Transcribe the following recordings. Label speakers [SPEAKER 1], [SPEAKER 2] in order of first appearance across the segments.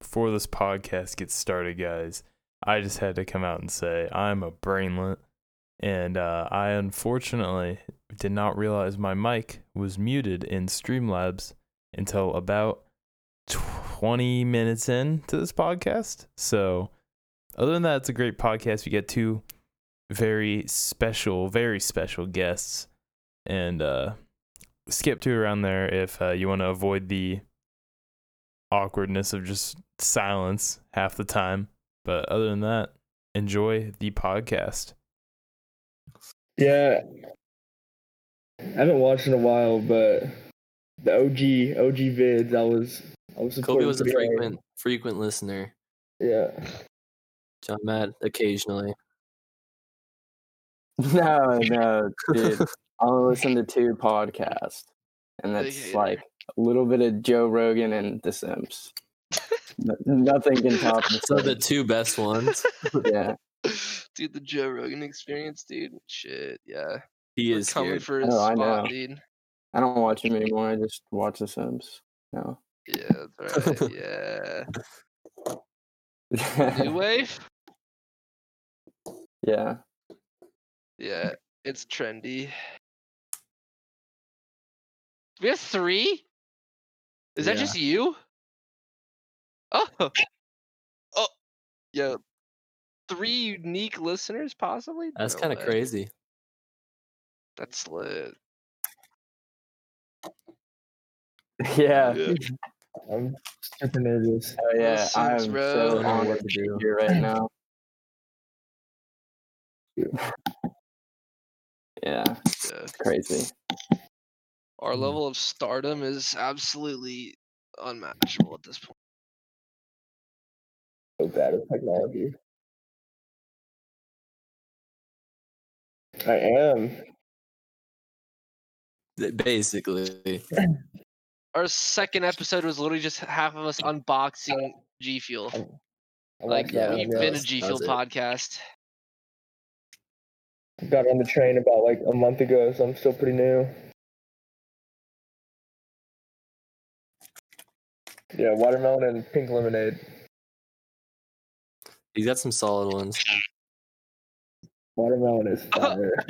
[SPEAKER 1] before this podcast gets started, guys, I just had to come out and say I'm a brainlet, and uh, I unfortunately did not realize my mic was muted in Streamlabs until about 20 minutes in to this podcast. So, other than that, it's a great podcast. We get two very special, very special guests, and uh, skip to around there if uh, you want to avoid the awkwardness of just silence half the time. But other than that, enjoy the podcast.
[SPEAKER 2] Yeah. I haven't watched in a while, but the OG OG vids I was I was
[SPEAKER 3] Kobe
[SPEAKER 2] supporting
[SPEAKER 3] was a
[SPEAKER 2] pretty hard.
[SPEAKER 3] frequent frequent listener.
[SPEAKER 2] Yeah.
[SPEAKER 3] John Matt occasionally.
[SPEAKER 4] No, no, dude. I only listen to two podcasts, and
[SPEAKER 5] Big
[SPEAKER 4] that's
[SPEAKER 5] hater.
[SPEAKER 4] like a little bit of Joe Rogan and The Sims. No- Nothing can top The
[SPEAKER 3] So the
[SPEAKER 4] Sims.
[SPEAKER 3] two best ones.
[SPEAKER 4] Yeah,
[SPEAKER 5] dude, the Joe Rogan experience, dude. Shit, yeah.
[SPEAKER 3] He
[SPEAKER 5] We're
[SPEAKER 3] is
[SPEAKER 5] coming
[SPEAKER 3] here.
[SPEAKER 5] for his
[SPEAKER 4] Oh, I
[SPEAKER 5] spot,
[SPEAKER 4] know.
[SPEAKER 5] dude.
[SPEAKER 4] I don't watch him anymore. I just watch The Sims. No.
[SPEAKER 5] Yeah, that's right. yeah. New wave?
[SPEAKER 4] yeah.
[SPEAKER 5] Yeah, it's trendy. We have three? Is that
[SPEAKER 3] Yeah.
[SPEAKER 5] just you? Oh. Oh. Yeah. Three unique listeners, possibly?
[SPEAKER 3] That's
[SPEAKER 5] No
[SPEAKER 3] kind of
[SPEAKER 5] way.
[SPEAKER 3] crazy.
[SPEAKER 5] That's lit.
[SPEAKER 4] Yeah.
[SPEAKER 5] Yeah.
[SPEAKER 2] I'm super nervous.
[SPEAKER 4] Oh, yeah.
[SPEAKER 5] Sims,
[SPEAKER 4] I'm
[SPEAKER 5] bro.
[SPEAKER 4] so
[SPEAKER 3] Don't know
[SPEAKER 4] honored
[SPEAKER 3] what to
[SPEAKER 4] to be
[SPEAKER 3] do.
[SPEAKER 4] here right now. yeah,
[SPEAKER 5] Yeah.
[SPEAKER 4] crazy.
[SPEAKER 5] Our
[SPEAKER 1] Mm.
[SPEAKER 5] level of stardom is absolutely unmatchable at this point.
[SPEAKER 2] So bad at technology. I am.
[SPEAKER 3] Th- Basically,
[SPEAKER 5] Our second episode was literally just half of us unboxing G Fuel.
[SPEAKER 2] I
[SPEAKER 5] Like,
[SPEAKER 2] watched that
[SPEAKER 5] we've
[SPEAKER 2] one,
[SPEAKER 5] been a
[SPEAKER 3] That's-
[SPEAKER 5] G
[SPEAKER 3] that's
[SPEAKER 5] Fuel
[SPEAKER 3] it.
[SPEAKER 5] podcast.
[SPEAKER 2] yeah. Got on the train about like a month ago, so I'm still pretty new. Yeah, watermelon and pink lemonade.
[SPEAKER 3] he's got some solid ones.
[SPEAKER 2] Watermelon is fire.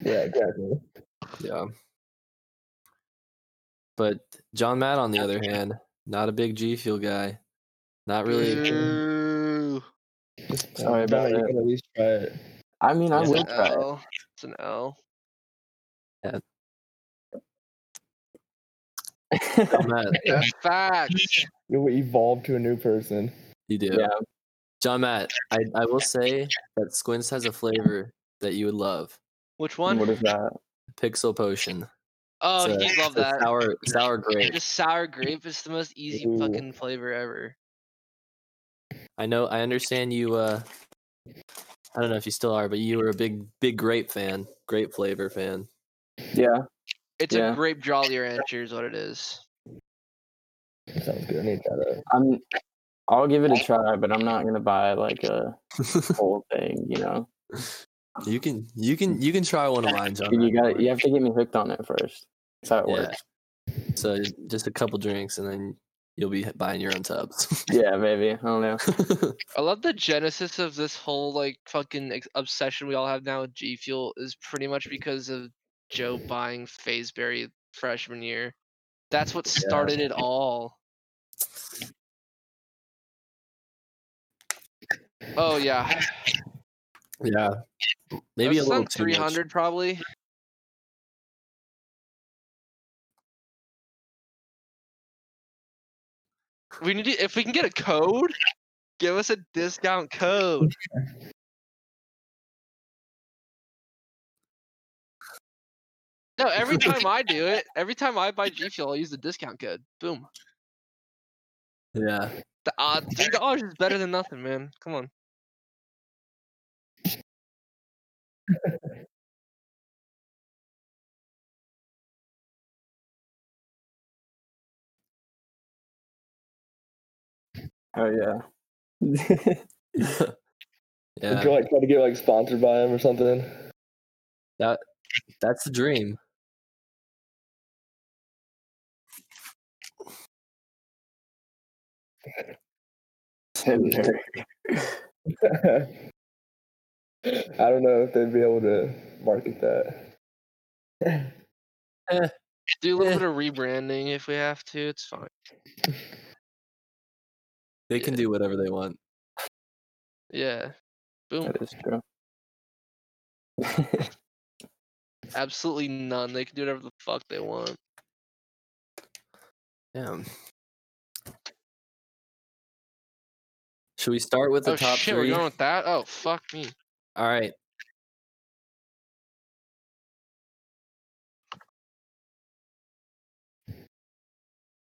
[SPEAKER 2] yeah, exactly.
[SPEAKER 3] Yeah. But John Matt, on the other hand, not a big G Fuel guy. Not
[SPEAKER 5] Mm.
[SPEAKER 3] really.
[SPEAKER 5] Boo.
[SPEAKER 2] Just tell
[SPEAKER 4] Sorry about
[SPEAKER 2] me you
[SPEAKER 4] that.
[SPEAKER 2] can at least try it.
[SPEAKER 4] I mean, I
[SPEAKER 5] It's
[SPEAKER 4] will
[SPEAKER 5] an
[SPEAKER 4] try. it.
[SPEAKER 5] L. It's an L.
[SPEAKER 3] John Matt,
[SPEAKER 5] That's facts.
[SPEAKER 2] You will evolve to a new person.
[SPEAKER 3] you do.
[SPEAKER 4] Yeah.
[SPEAKER 3] John Matt, I, I will say that Squints has a flavor that you would love.
[SPEAKER 5] Which one?
[SPEAKER 4] What is that?
[SPEAKER 3] Pixel potion.
[SPEAKER 5] oh,
[SPEAKER 3] It's a-
[SPEAKER 5] he'd love
[SPEAKER 3] it's a
[SPEAKER 5] that.
[SPEAKER 3] Sour sour grape.
[SPEAKER 5] Just sour grape is the most easy
[SPEAKER 2] Ooh.
[SPEAKER 5] fucking flavor ever.
[SPEAKER 3] I know. I understand you. Uh, I don't know if you still are, but you were a big, big grape fan, grape flavor fan.
[SPEAKER 4] Yeah.
[SPEAKER 5] It's
[SPEAKER 4] Yeah.
[SPEAKER 5] a grape Jolly Rancher, is what it is.
[SPEAKER 2] Sounds good. I need that. uh,
[SPEAKER 4] I'm. I'll give it a try, but I'm not gonna buy like a whole thing. You know,
[SPEAKER 3] you can, you can, you can try one of mine, John.
[SPEAKER 4] you got you have to get me hooked on it first. That's how it
[SPEAKER 3] Yeah.
[SPEAKER 4] works.
[SPEAKER 3] So just a couple drinks, and then you'll be buying your own tubs.
[SPEAKER 4] Yeah, maybe. I don't know.
[SPEAKER 5] I love the genesis of this whole like fucking ex- obsession we all have now with G Fuel is pretty much because of Joe buying Fazeberry freshman year. That's what started it all. Oh yeah,
[SPEAKER 3] yeah. Maybe a little too much.
[SPEAKER 5] three hundred probably. We need to, if we can get a code, give us a discount code. No, every time I do it, every time I buy G Fuel, I'll use the discount code. Boom.
[SPEAKER 3] Yeah.
[SPEAKER 5] The uh, three dollars is better than nothing, man. Come on.
[SPEAKER 4] Oh yeah.
[SPEAKER 3] yeah.
[SPEAKER 2] Would you like try to get like sponsored by him or something?
[SPEAKER 3] That's the dream.
[SPEAKER 4] Tinder.
[SPEAKER 2] I don't know if they'd be able to market that.
[SPEAKER 5] Do a
[SPEAKER 3] Eh.
[SPEAKER 5] little bit of rebranding if we have to. It's fine.
[SPEAKER 3] They can
[SPEAKER 5] Yeah.
[SPEAKER 3] do whatever they want.
[SPEAKER 5] Yeah. Boom.
[SPEAKER 4] That is true.
[SPEAKER 5] Absolutely none. They can do whatever the fuck they want.
[SPEAKER 3] Damn. Should we start with the
[SPEAKER 5] Oh
[SPEAKER 3] top
[SPEAKER 5] shit,
[SPEAKER 3] three?
[SPEAKER 5] we're going with that. Oh fuck me.
[SPEAKER 3] All right.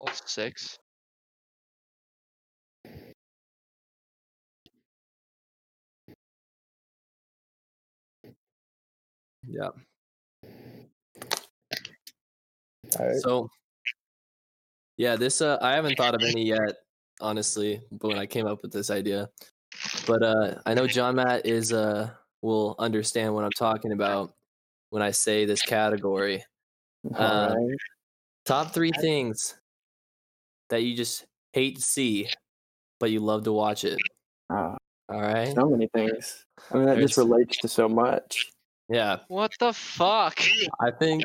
[SPEAKER 5] All Oh, six.
[SPEAKER 3] Yeah.
[SPEAKER 2] All right.
[SPEAKER 3] So, yeah, this uh, I haven't thought of any yet, honestly. But when I came up with this idea, but uh, I know John Matt is uh will understand what I'm talking about when I say this category. Uh,
[SPEAKER 4] Alright.
[SPEAKER 3] Top three things that you just hate to see, but you love to watch it.
[SPEAKER 4] Ah,
[SPEAKER 3] All right.
[SPEAKER 4] so many things. I mean, that just
[SPEAKER 3] There's-
[SPEAKER 4] relates to so much.
[SPEAKER 3] Yeah,
[SPEAKER 5] What the fuck?
[SPEAKER 3] I think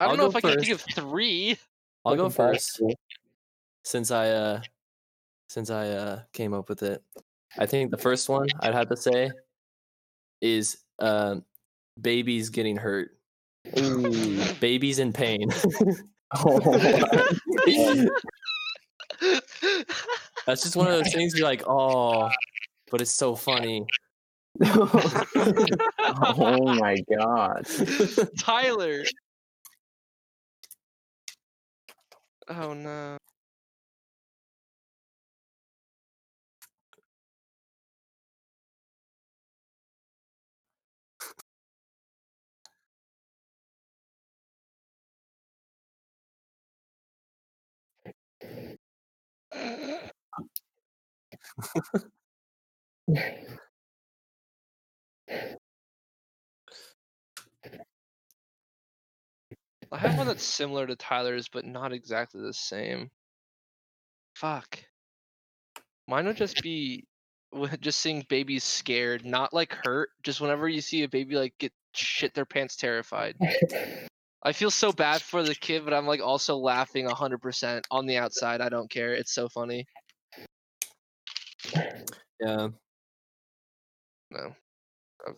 [SPEAKER 5] I don't
[SPEAKER 3] I'll
[SPEAKER 5] know
[SPEAKER 3] go
[SPEAKER 5] if I can think of three.
[SPEAKER 3] I'll go
[SPEAKER 2] Looking forward
[SPEAKER 3] first
[SPEAKER 2] to it.
[SPEAKER 3] since I uh since I uh came up with it. I think the first one I'd have to say is uh, babies getting hurt. Babies in pain.
[SPEAKER 4] Oh,
[SPEAKER 3] That's just one of those things you're like, oh, but it's so funny.
[SPEAKER 4] oh my god.
[SPEAKER 5] Tyler. Oh no. I have one that's similar to Tyler's, but not exactly the same. Fuck. Mine would just be w- just seeing babies scared, not like hurt. Just whenever you see a baby like get shit their pants terrified. I feel so bad for the kid, but I'm like also laughing 100% on the outside. I don't care. It's so funny.
[SPEAKER 3] Yeah.
[SPEAKER 5] No. Um,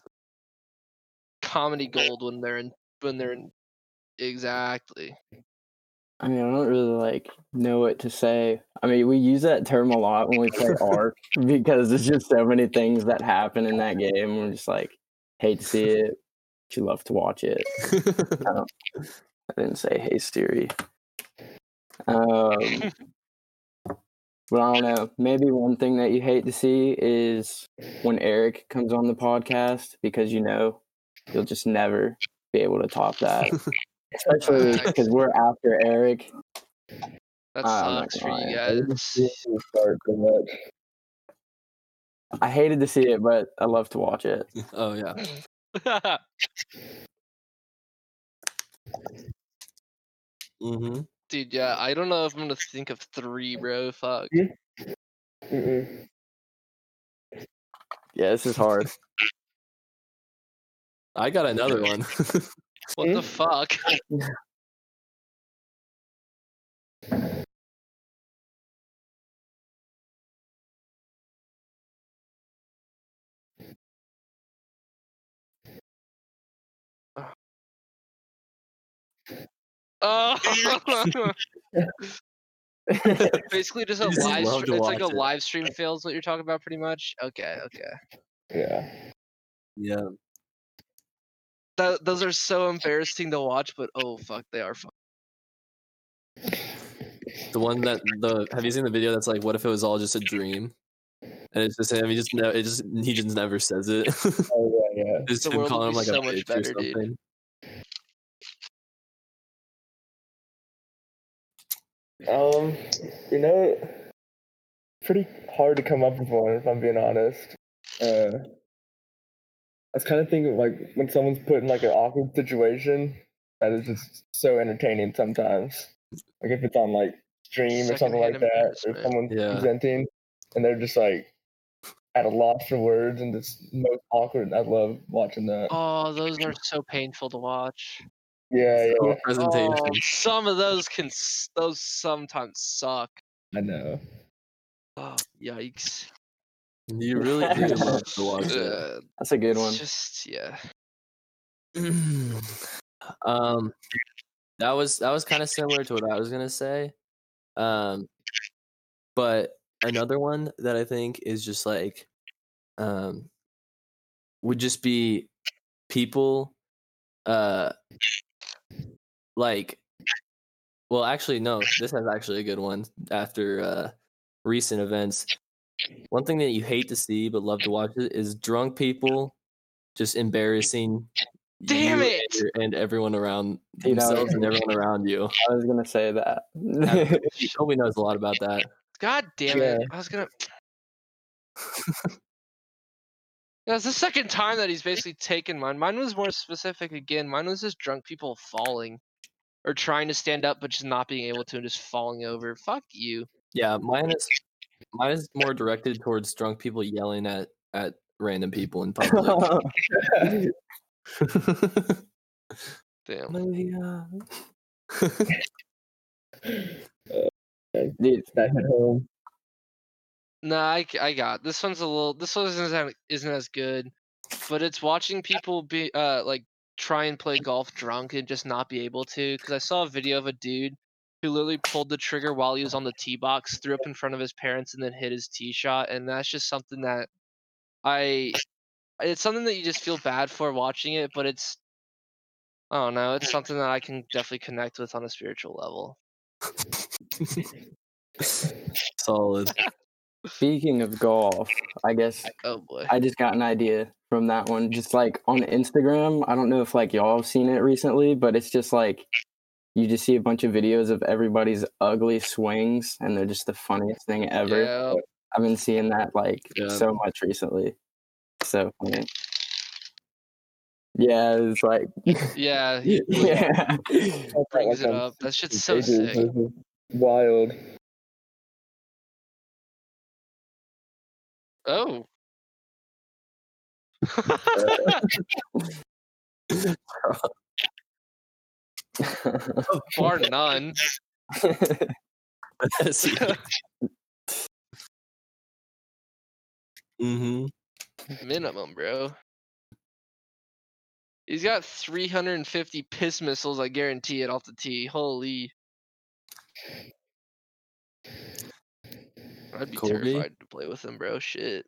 [SPEAKER 5] Comedy gold when they're in when they're in exactly.
[SPEAKER 4] I mean, I don't really like know what to say. I mean, we use that term a lot when we play ARC because there's just so many things that happen in that game. We're just like, hate to see it, but you love to watch it. Um, I didn't say hey Siri. Um, but I don't know. Maybe one thing that you hate to see is when Eric comes on the podcast because you know you'll just never be able to top that. Especially because we're after Eric.
[SPEAKER 5] That
[SPEAKER 4] Ah, I'm not
[SPEAKER 5] sucks for
[SPEAKER 4] gonna
[SPEAKER 5] you
[SPEAKER 4] lie.
[SPEAKER 5] guys.
[SPEAKER 2] Start too much.
[SPEAKER 4] I hated to see it, but I love to watch it.
[SPEAKER 3] Oh yeah. Mm-hmm.
[SPEAKER 5] Dude, yeah, I don't know if I'm gonna think of three, bro. uh, Fuck.
[SPEAKER 2] Mm-mm.
[SPEAKER 4] Yeah, this is hard.
[SPEAKER 3] I got another one.
[SPEAKER 5] What
[SPEAKER 3] Eh?
[SPEAKER 5] the fuck? Oh, basically just a
[SPEAKER 3] You just
[SPEAKER 5] live.
[SPEAKER 3] love
[SPEAKER 5] stre-
[SPEAKER 3] to
[SPEAKER 5] it's like a
[SPEAKER 3] watch it.
[SPEAKER 5] live stream fails. What you're talking about, pretty much. Okay, okay.
[SPEAKER 2] Yeah.
[SPEAKER 3] yeah.
[SPEAKER 5] Tho- those are so embarrassing to watch, but oh fuck, they are fun.
[SPEAKER 3] The one that the have you seen the video that's like, what if it was all just a dream? And it's just him. He just ne- it just he just never says it.
[SPEAKER 2] Oh yeah, yeah.
[SPEAKER 3] It's
[SPEAKER 5] The
[SPEAKER 3] him
[SPEAKER 5] world would
[SPEAKER 3] calling him
[SPEAKER 5] be
[SPEAKER 3] like a
[SPEAKER 5] so much
[SPEAKER 3] bitch or
[SPEAKER 5] better, dude.
[SPEAKER 3] something.
[SPEAKER 2] Um, you know, pretty hard to come up with one if I'm being honest. Uh, I was kind of thinking like when someone's put in like an awkward situation, that is just so entertaining sometimes. Like if it's on like stream or something like
[SPEAKER 5] Secondhand
[SPEAKER 2] that, or
[SPEAKER 5] embarrassment.
[SPEAKER 2] someone
[SPEAKER 3] Yeah.
[SPEAKER 2] presenting, and they're just like at a loss for words and it's most awkward. I love watching that.
[SPEAKER 5] Oh, those are so painful to watch.
[SPEAKER 2] yeah, yeah,
[SPEAKER 3] Cool presentation.
[SPEAKER 5] Oh, some of those can s- those sometimes suck.
[SPEAKER 2] I know.
[SPEAKER 5] Oh, yikes.
[SPEAKER 3] You really do love to watch it.
[SPEAKER 5] Uh,
[SPEAKER 4] That's a good
[SPEAKER 5] it's
[SPEAKER 4] one.
[SPEAKER 5] Just yeah.
[SPEAKER 3] um, that was that was kind of similar to what I was gonna say. Um, but another one that I think is just like, um, would just be people, uh, like, well, actually, no, this is actually a good one after uh recent events. One thing that you hate to see but love to watch it is drunk people just embarrassing
[SPEAKER 5] Damn
[SPEAKER 3] you
[SPEAKER 5] it!
[SPEAKER 3] and your- and everyone around
[SPEAKER 4] Dude, I was
[SPEAKER 3] themselves and everyone around you.
[SPEAKER 4] I was gonna say that.
[SPEAKER 3] Shelby knows a lot about that.
[SPEAKER 5] God damn it! I was gonna. That's the second time that he's basically taken mine. Mine was more specific again. Mine was just drunk people falling, or trying to stand up but just not being able to, and just falling over. Fuck you.
[SPEAKER 3] Yeah, mine is mine is more directed towards drunk people yelling at at random people in public.
[SPEAKER 5] Damn.
[SPEAKER 3] Maria.
[SPEAKER 4] Dude,
[SPEAKER 2] That hit home.
[SPEAKER 5] No, I, g- I got this one's a little. This one isn't as- isn't as good, but it's watching people be uh like try and play golf drunk and just not be able to. Because I saw a video of a dude who literally pulled the trigger while he was on the tee box, threw up in front of his parents, and then hit his tee shot. And that's just something that I. It's something that you just feel bad for watching it, but it's. I don't know. It's something that I can definitely connect with on a spiritual level.
[SPEAKER 3] Solid.
[SPEAKER 4] speaking of golf, I guess
[SPEAKER 5] Oh boy.
[SPEAKER 4] I just got an idea from that one. Just like on Instagram, I don't know if like y'all have seen it recently, but it's just like you just see a bunch of videos of everybody's ugly swings, and they're just the funniest thing ever.
[SPEAKER 5] Yeah.
[SPEAKER 4] I've been seeing that like
[SPEAKER 3] Yeah.
[SPEAKER 4] so much recently. So funny. Yeah, it's like
[SPEAKER 5] Yeah. He
[SPEAKER 4] yeah.
[SPEAKER 5] brings it up. That shit's so sick.
[SPEAKER 2] Wild.
[SPEAKER 5] Oh. Bar none.
[SPEAKER 3] mm-hmm.
[SPEAKER 5] Minimum, bro. He's got 350 piss missiles, I guarantee it, off the tee. Holy. I'd be
[SPEAKER 3] Colby?
[SPEAKER 5] terrified to play with him, bro. Shit.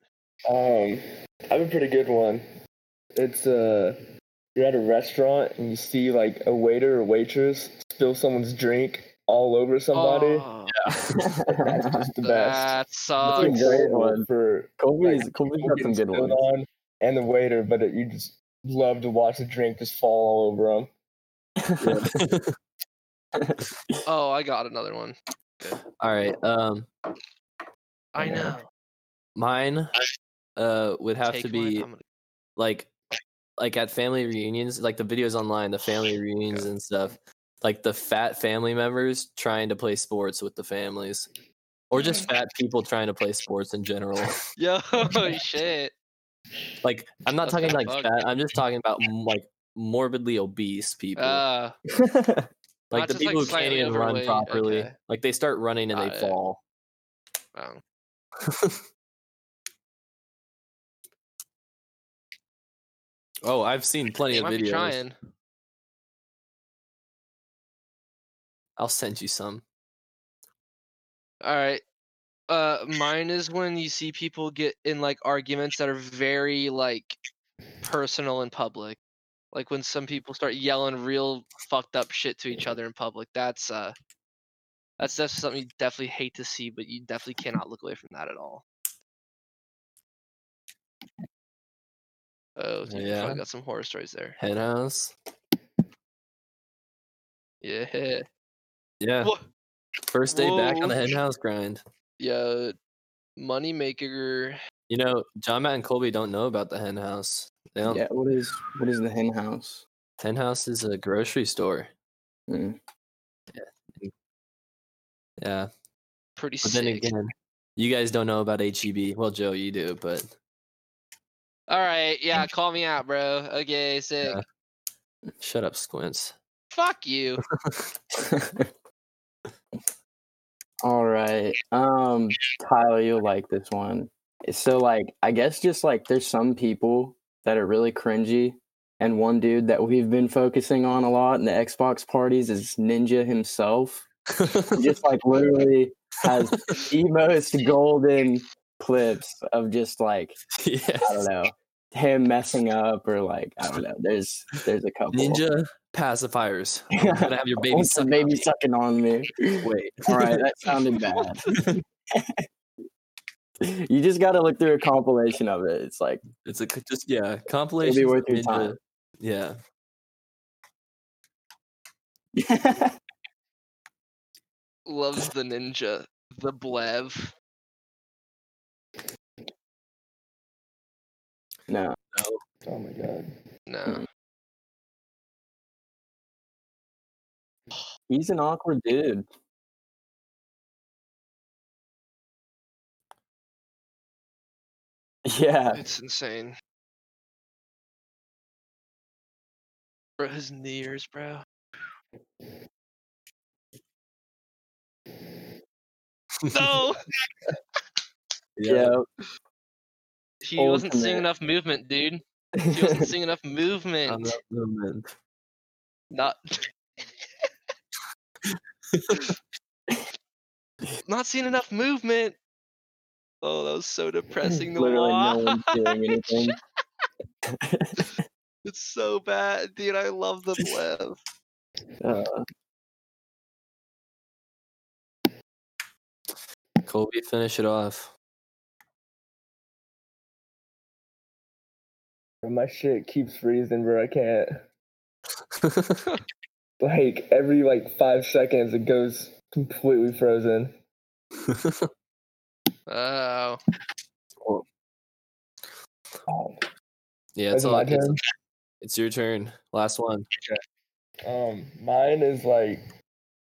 [SPEAKER 2] Um, I have a pretty good one. It's uh, you're at a restaurant and you see like a waiter or waitress spill someone's drink all over somebody.
[SPEAKER 5] Oh,
[SPEAKER 2] That's just the best.
[SPEAKER 5] that
[SPEAKER 2] That's
[SPEAKER 4] a
[SPEAKER 2] a
[SPEAKER 5] sucks.
[SPEAKER 4] great
[SPEAKER 2] great one
[SPEAKER 4] one.
[SPEAKER 2] for
[SPEAKER 4] Colby's Colby's got some
[SPEAKER 2] getting
[SPEAKER 4] good
[SPEAKER 2] spilled
[SPEAKER 4] ones.
[SPEAKER 2] on and the waiter, but it, you just love to watch the drink just fall all over them.
[SPEAKER 5] Oh, I got another one.
[SPEAKER 3] All right. Um,
[SPEAKER 5] I know.
[SPEAKER 3] mine uh would have to
[SPEAKER 5] Take mine,
[SPEAKER 3] be
[SPEAKER 5] I'm gonna-
[SPEAKER 3] like like at family reunions, like the videos online, the family reunions and stuff. Like the fat family members trying to play sports with the families, or just fat people trying to play sports in general.
[SPEAKER 5] Yo, shit.
[SPEAKER 3] Like I'm not
[SPEAKER 5] What
[SPEAKER 3] talking
[SPEAKER 5] the
[SPEAKER 3] like
[SPEAKER 5] fuck?
[SPEAKER 3] fat. I'm just talking about m- like morbidly obese people.
[SPEAKER 5] Uh,
[SPEAKER 3] like
[SPEAKER 5] not
[SPEAKER 3] the
[SPEAKER 5] just, like,
[SPEAKER 3] people who can't
[SPEAKER 5] slightly
[SPEAKER 3] even run
[SPEAKER 5] overweight,
[SPEAKER 3] properly.
[SPEAKER 5] okay.
[SPEAKER 3] Like they start running and they
[SPEAKER 5] Got it.
[SPEAKER 3] fall.
[SPEAKER 5] wow.
[SPEAKER 3] Oh, I've seen plenty
[SPEAKER 5] You
[SPEAKER 3] of
[SPEAKER 5] might be
[SPEAKER 3] videos.
[SPEAKER 5] trying.
[SPEAKER 3] I'll send you some.
[SPEAKER 5] All right. Uh, mine is when you see people get in like arguments that are very like personal in public. Like when some people start yelling real fucked up shit to each other in public. That's uh, that's that's something you definitely hate to see, but you definitely cannot look away from that at all. Oh, dude,
[SPEAKER 3] Yeah.
[SPEAKER 5] I got some horror stories there.
[SPEAKER 3] Headhouse.
[SPEAKER 5] Yeah.
[SPEAKER 3] Yeah.
[SPEAKER 5] Wha-
[SPEAKER 3] First day back on the
[SPEAKER 5] Whoa.
[SPEAKER 3] headhouse grind.
[SPEAKER 5] Yeah. Moneymaker.
[SPEAKER 3] You know, John Matt and Colby don't know about the hen house. They don't
[SPEAKER 4] yeah, what is what is the hen house?
[SPEAKER 3] hen house is a grocery store.
[SPEAKER 4] Mm.
[SPEAKER 3] Yeah.
[SPEAKER 5] Pretty
[SPEAKER 3] But
[SPEAKER 5] sick.
[SPEAKER 3] then again, you guys don't know about HEB. Well, Joe, you do, but
[SPEAKER 5] All right, yeah, call me out, bro. Okay, sick.
[SPEAKER 3] Yeah. shut up, Squints.
[SPEAKER 5] Fuck you.
[SPEAKER 4] All right. Um, Tyler, you'll like this one. So, like, I guess just like there's some people that are really cringy, and one dude that we've been focusing on a lot in the Xbox parties is Ninja himself. Just like literally has the most golden clips of just like
[SPEAKER 3] yeah.
[SPEAKER 4] I don't know him messing up or like I don't know. There's there's a couple.
[SPEAKER 3] Ninja pacifiers. I'm gonna have your baby
[SPEAKER 4] Wants the
[SPEAKER 3] suck. on
[SPEAKER 4] baby
[SPEAKER 3] me.
[SPEAKER 4] sucking on me.
[SPEAKER 3] Wait.
[SPEAKER 4] All right, that sounded bad. you just got to look through a compilation of it. It's like
[SPEAKER 3] It's a c- just yeah compilation.
[SPEAKER 4] worth your time.
[SPEAKER 3] Yeah.
[SPEAKER 5] Loves the ninja, the blev.
[SPEAKER 4] no.
[SPEAKER 2] Oh my god.
[SPEAKER 5] No.
[SPEAKER 4] Mm. He's an awkward dude. Yeah,
[SPEAKER 5] It's insane. Bro, his New Year's, bro. No,
[SPEAKER 4] yeah.
[SPEAKER 5] he wasn't seeing
[SPEAKER 4] Ultimate.
[SPEAKER 5] enough movement, dude. He wasn't seeing enough
[SPEAKER 3] I'm
[SPEAKER 5] movement.
[SPEAKER 3] not moving.
[SPEAKER 5] Not. not seeing enough movement. Oh, that was so depressing. to
[SPEAKER 4] Literally,
[SPEAKER 5] watch.
[SPEAKER 4] no one's doing anything.
[SPEAKER 5] It's so bad, dude. I love the blev.
[SPEAKER 4] Uh,
[SPEAKER 3] Colby, finish it off.
[SPEAKER 2] My shit keeps freezing, bro. I can't. Like every like five seconds, it goes completely frozen.
[SPEAKER 5] Oh,
[SPEAKER 2] Oh,
[SPEAKER 3] yeah,
[SPEAKER 2] that's
[SPEAKER 3] it's all.
[SPEAKER 2] my
[SPEAKER 3] It's,
[SPEAKER 2] turn.
[SPEAKER 3] it's your turn. Last one.
[SPEAKER 2] Um, mine is like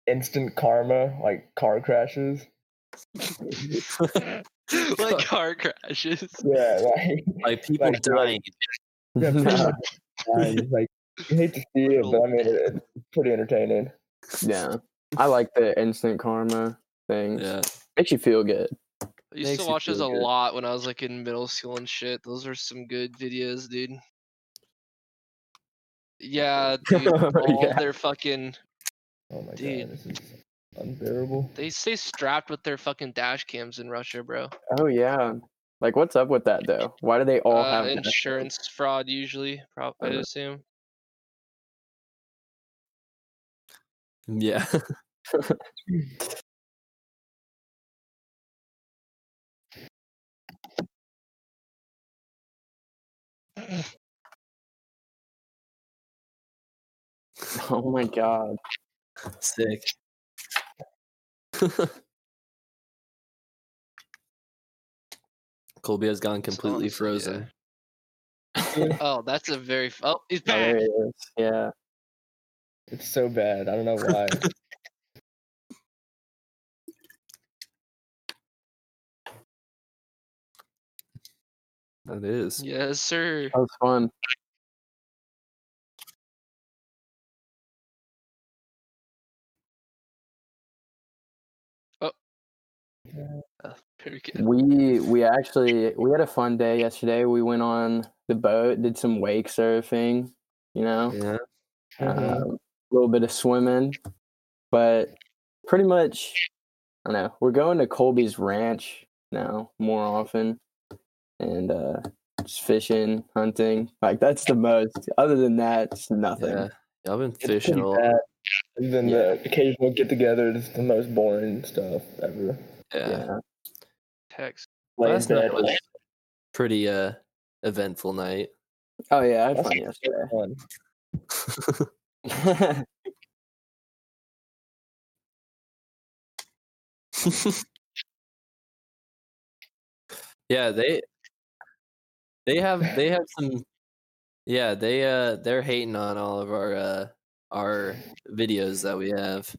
[SPEAKER 2] instant karma, like car crashes.
[SPEAKER 5] like car crashes.
[SPEAKER 2] Yeah, like,
[SPEAKER 3] like people
[SPEAKER 2] Like,
[SPEAKER 3] dying.
[SPEAKER 2] yeah, pretty much mine. like you hate to see it, but I mean, it- it's pretty entertaining.
[SPEAKER 4] yeah, I like the instant karma thing.
[SPEAKER 3] Yeah.
[SPEAKER 4] Makes you feel good.
[SPEAKER 5] I used
[SPEAKER 3] Makes
[SPEAKER 5] to
[SPEAKER 3] you
[SPEAKER 5] watch those a
[SPEAKER 3] feel good.
[SPEAKER 5] lot when I was like in middle school and shit. Those are some good videos, dude. Yeah, dude. All
[SPEAKER 4] Yeah.
[SPEAKER 5] their fucking.
[SPEAKER 2] Oh my
[SPEAKER 5] Dude.
[SPEAKER 2] god, this is unbearable.
[SPEAKER 5] They stay strapped with their fucking dash cams in Russia, bro.
[SPEAKER 4] Oh yeah. Like what's up with that though? Why do they all
[SPEAKER 5] Uh,
[SPEAKER 4] have that?
[SPEAKER 5] insurance fraud, usually,
[SPEAKER 4] I
[SPEAKER 5] probably, I
[SPEAKER 4] know.
[SPEAKER 5] assume.
[SPEAKER 3] Yeah.
[SPEAKER 4] Oh my god.
[SPEAKER 3] Sick. Colby has gone completely
[SPEAKER 5] honestly, yeah.
[SPEAKER 3] frozen.
[SPEAKER 5] Oh, that's a very. F- oh, he's
[SPEAKER 4] Oh, there
[SPEAKER 5] back.
[SPEAKER 4] it is. Yeah.
[SPEAKER 2] It's so bad. I don't know why.
[SPEAKER 3] That is.
[SPEAKER 5] Yes, sir.
[SPEAKER 4] That was fun.
[SPEAKER 5] Uh, Very good.
[SPEAKER 4] We we actually we had a fun day yesterday. We went on the boat, did some wake surfing, you know,
[SPEAKER 3] Yeah.
[SPEAKER 2] Mhm.
[SPEAKER 4] um, a little bit of swimming. But pretty much I don't know. We're going to Colby's ranch now more often. And uh just fishing, hunting. Like that's the most. Other than that, it's nothing.
[SPEAKER 3] Yeah. I've been
[SPEAKER 2] It's pretty
[SPEAKER 3] fishing a lot.
[SPEAKER 2] bad. Even the occasional get together is the most boring stuff ever.
[SPEAKER 3] Yeah.
[SPEAKER 4] Yeah.
[SPEAKER 5] Text.
[SPEAKER 2] Laying
[SPEAKER 3] Last
[SPEAKER 2] in
[SPEAKER 3] night
[SPEAKER 2] bed,
[SPEAKER 3] was pretty uh eventful night.
[SPEAKER 4] Oh yeah, I had
[SPEAKER 2] That's
[SPEAKER 4] fun
[SPEAKER 2] fun.
[SPEAKER 4] yesterday.
[SPEAKER 3] yeah, they they have they have some yeah, they uh they're hating on all of our uh our videos that we have.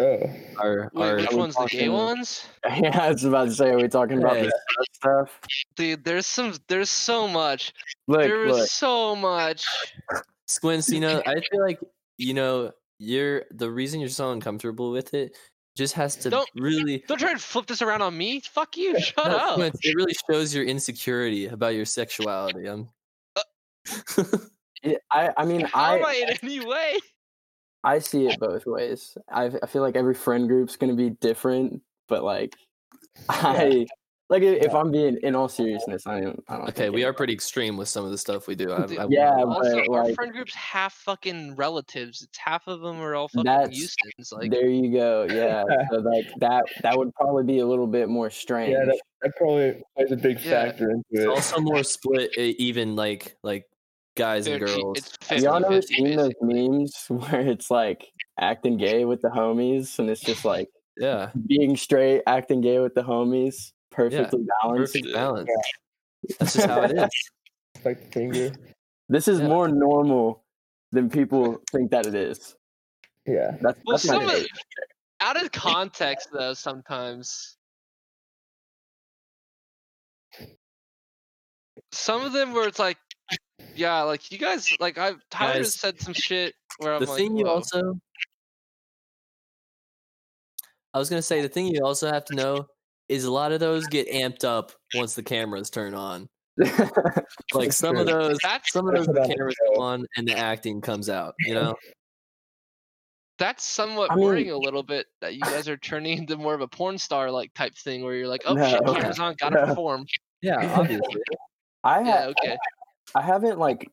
[SPEAKER 2] Oh,
[SPEAKER 3] Our,
[SPEAKER 5] Wait,
[SPEAKER 3] our
[SPEAKER 5] which
[SPEAKER 4] we
[SPEAKER 5] ones? The gay
[SPEAKER 4] talking-
[SPEAKER 5] ones?
[SPEAKER 4] Yeah, I was about to say, are we talking about
[SPEAKER 3] Hey.
[SPEAKER 4] the stud stuff?
[SPEAKER 5] Dude, there's some. There's so much.
[SPEAKER 4] Look,
[SPEAKER 5] there's
[SPEAKER 4] look.
[SPEAKER 5] so much.
[SPEAKER 3] Squints, you know, I feel like you know, you're the reason you're so uncomfortable with it just has to
[SPEAKER 5] Don't-
[SPEAKER 3] really
[SPEAKER 5] Don't try to flip this around on me. Fuck you. Shut
[SPEAKER 3] No,
[SPEAKER 5] up.
[SPEAKER 3] Squints, it really shows your insecurity about your sexuality. I'm
[SPEAKER 4] Yeah, I, I mean,
[SPEAKER 5] How am
[SPEAKER 4] I,
[SPEAKER 5] I in any way?
[SPEAKER 4] I see it both ways. I, I feel like every friend group's gonna be different, but like, I like i- if I'm being in all seriousness, I am. I don't
[SPEAKER 3] okay,
[SPEAKER 4] think
[SPEAKER 3] we
[SPEAKER 4] it-
[SPEAKER 3] are pretty extreme with some of the stuff we do. I,
[SPEAKER 5] Dude,
[SPEAKER 3] I,
[SPEAKER 4] Yeah,
[SPEAKER 5] Also,
[SPEAKER 4] but
[SPEAKER 5] our
[SPEAKER 4] like,
[SPEAKER 5] friend group's half fucking relatives. It's half of them are all fucking
[SPEAKER 4] That's-
[SPEAKER 5] Houston's. Like,
[SPEAKER 4] there you go. Yeah, so like that that would probably be a little bit more strange.
[SPEAKER 2] yeah, that, that probably plays a big
[SPEAKER 5] Yeah.
[SPEAKER 2] factor into
[SPEAKER 3] it's
[SPEAKER 2] it.
[SPEAKER 3] also more split, eh, even like like guys and
[SPEAKER 5] 50
[SPEAKER 3] girls.
[SPEAKER 5] It's
[SPEAKER 4] Have
[SPEAKER 5] 50,
[SPEAKER 4] y'all never
[SPEAKER 5] 50,
[SPEAKER 4] seen those
[SPEAKER 5] basically.
[SPEAKER 4] memes where it's like acting gay with the homies, and it's just like
[SPEAKER 3] Yeah,
[SPEAKER 4] being straight, acting gay with the homies, perfectly balanced.
[SPEAKER 3] perfect balance. That's just how it is.
[SPEAKER 2] It's like the finger.
[SPEAKER 4] This is
[SPEAKER 3] Yeah.
[SPEAKER 4] more normal than people think that it is.
[SPEAKER 2] Yeah.
[SPEAKER 4] That's,
[SPEAKER 5] Well,
[SPEAKER 4] that's my
[SPEAKER 5] some of,
[SPEAKER 4] take.
[SPEAKER 5] out of context though, sometimes some of them where it's like, yeah, like you guys, like I've Tyler
[SPEAKER 3] Guys,
[SPEAKER 5] said some shit where I'm
[SPEAKER 3] the
[SPEAKER 5] like,
[SPEAKER 3] thing you
[SPEAKER 5] "Whoa."
[SPEAKER 3] also I was gonna say the thing you also have to know is a lot of those get amped up once the cameras turn on. Like
[SPEAKER 2] That's
[SPEAKER 3] some of
[SPEAKER 2] true.
[SPEAKER 3] those
[SPEAKER 5] that's
[SPEAKER 3] some of those
[SPEAKER 2] That's
[SPEAKER 3] the
[SPEAKER 2] what I'm
[SPEAKER 3] cameras
[SPEAKER 2] saying.
[SPEAKER 3] come on and the acting comes out, you know?
[SPEAKER 5] that's somewhat
[SPEAKER 4] I
[SPEAKER 5] worrying
[SPEAKER 4] mean-
[SPEAKER 5] a little bit that you guys are turning into more of a porn star like type thing where you're like, oh shit,
[SPEAKER 4] No.
[SPEAKER 5] cameras on, gotta
[SPEAKER 4] No.
[SPEAKER 5] perform.
[SPEAKER 3] Yeah, obviously.
[SPEAKER 4] I, ha-
[SPEAKER 5] Yeah, okay.
[SPEAKER 4] I haven't like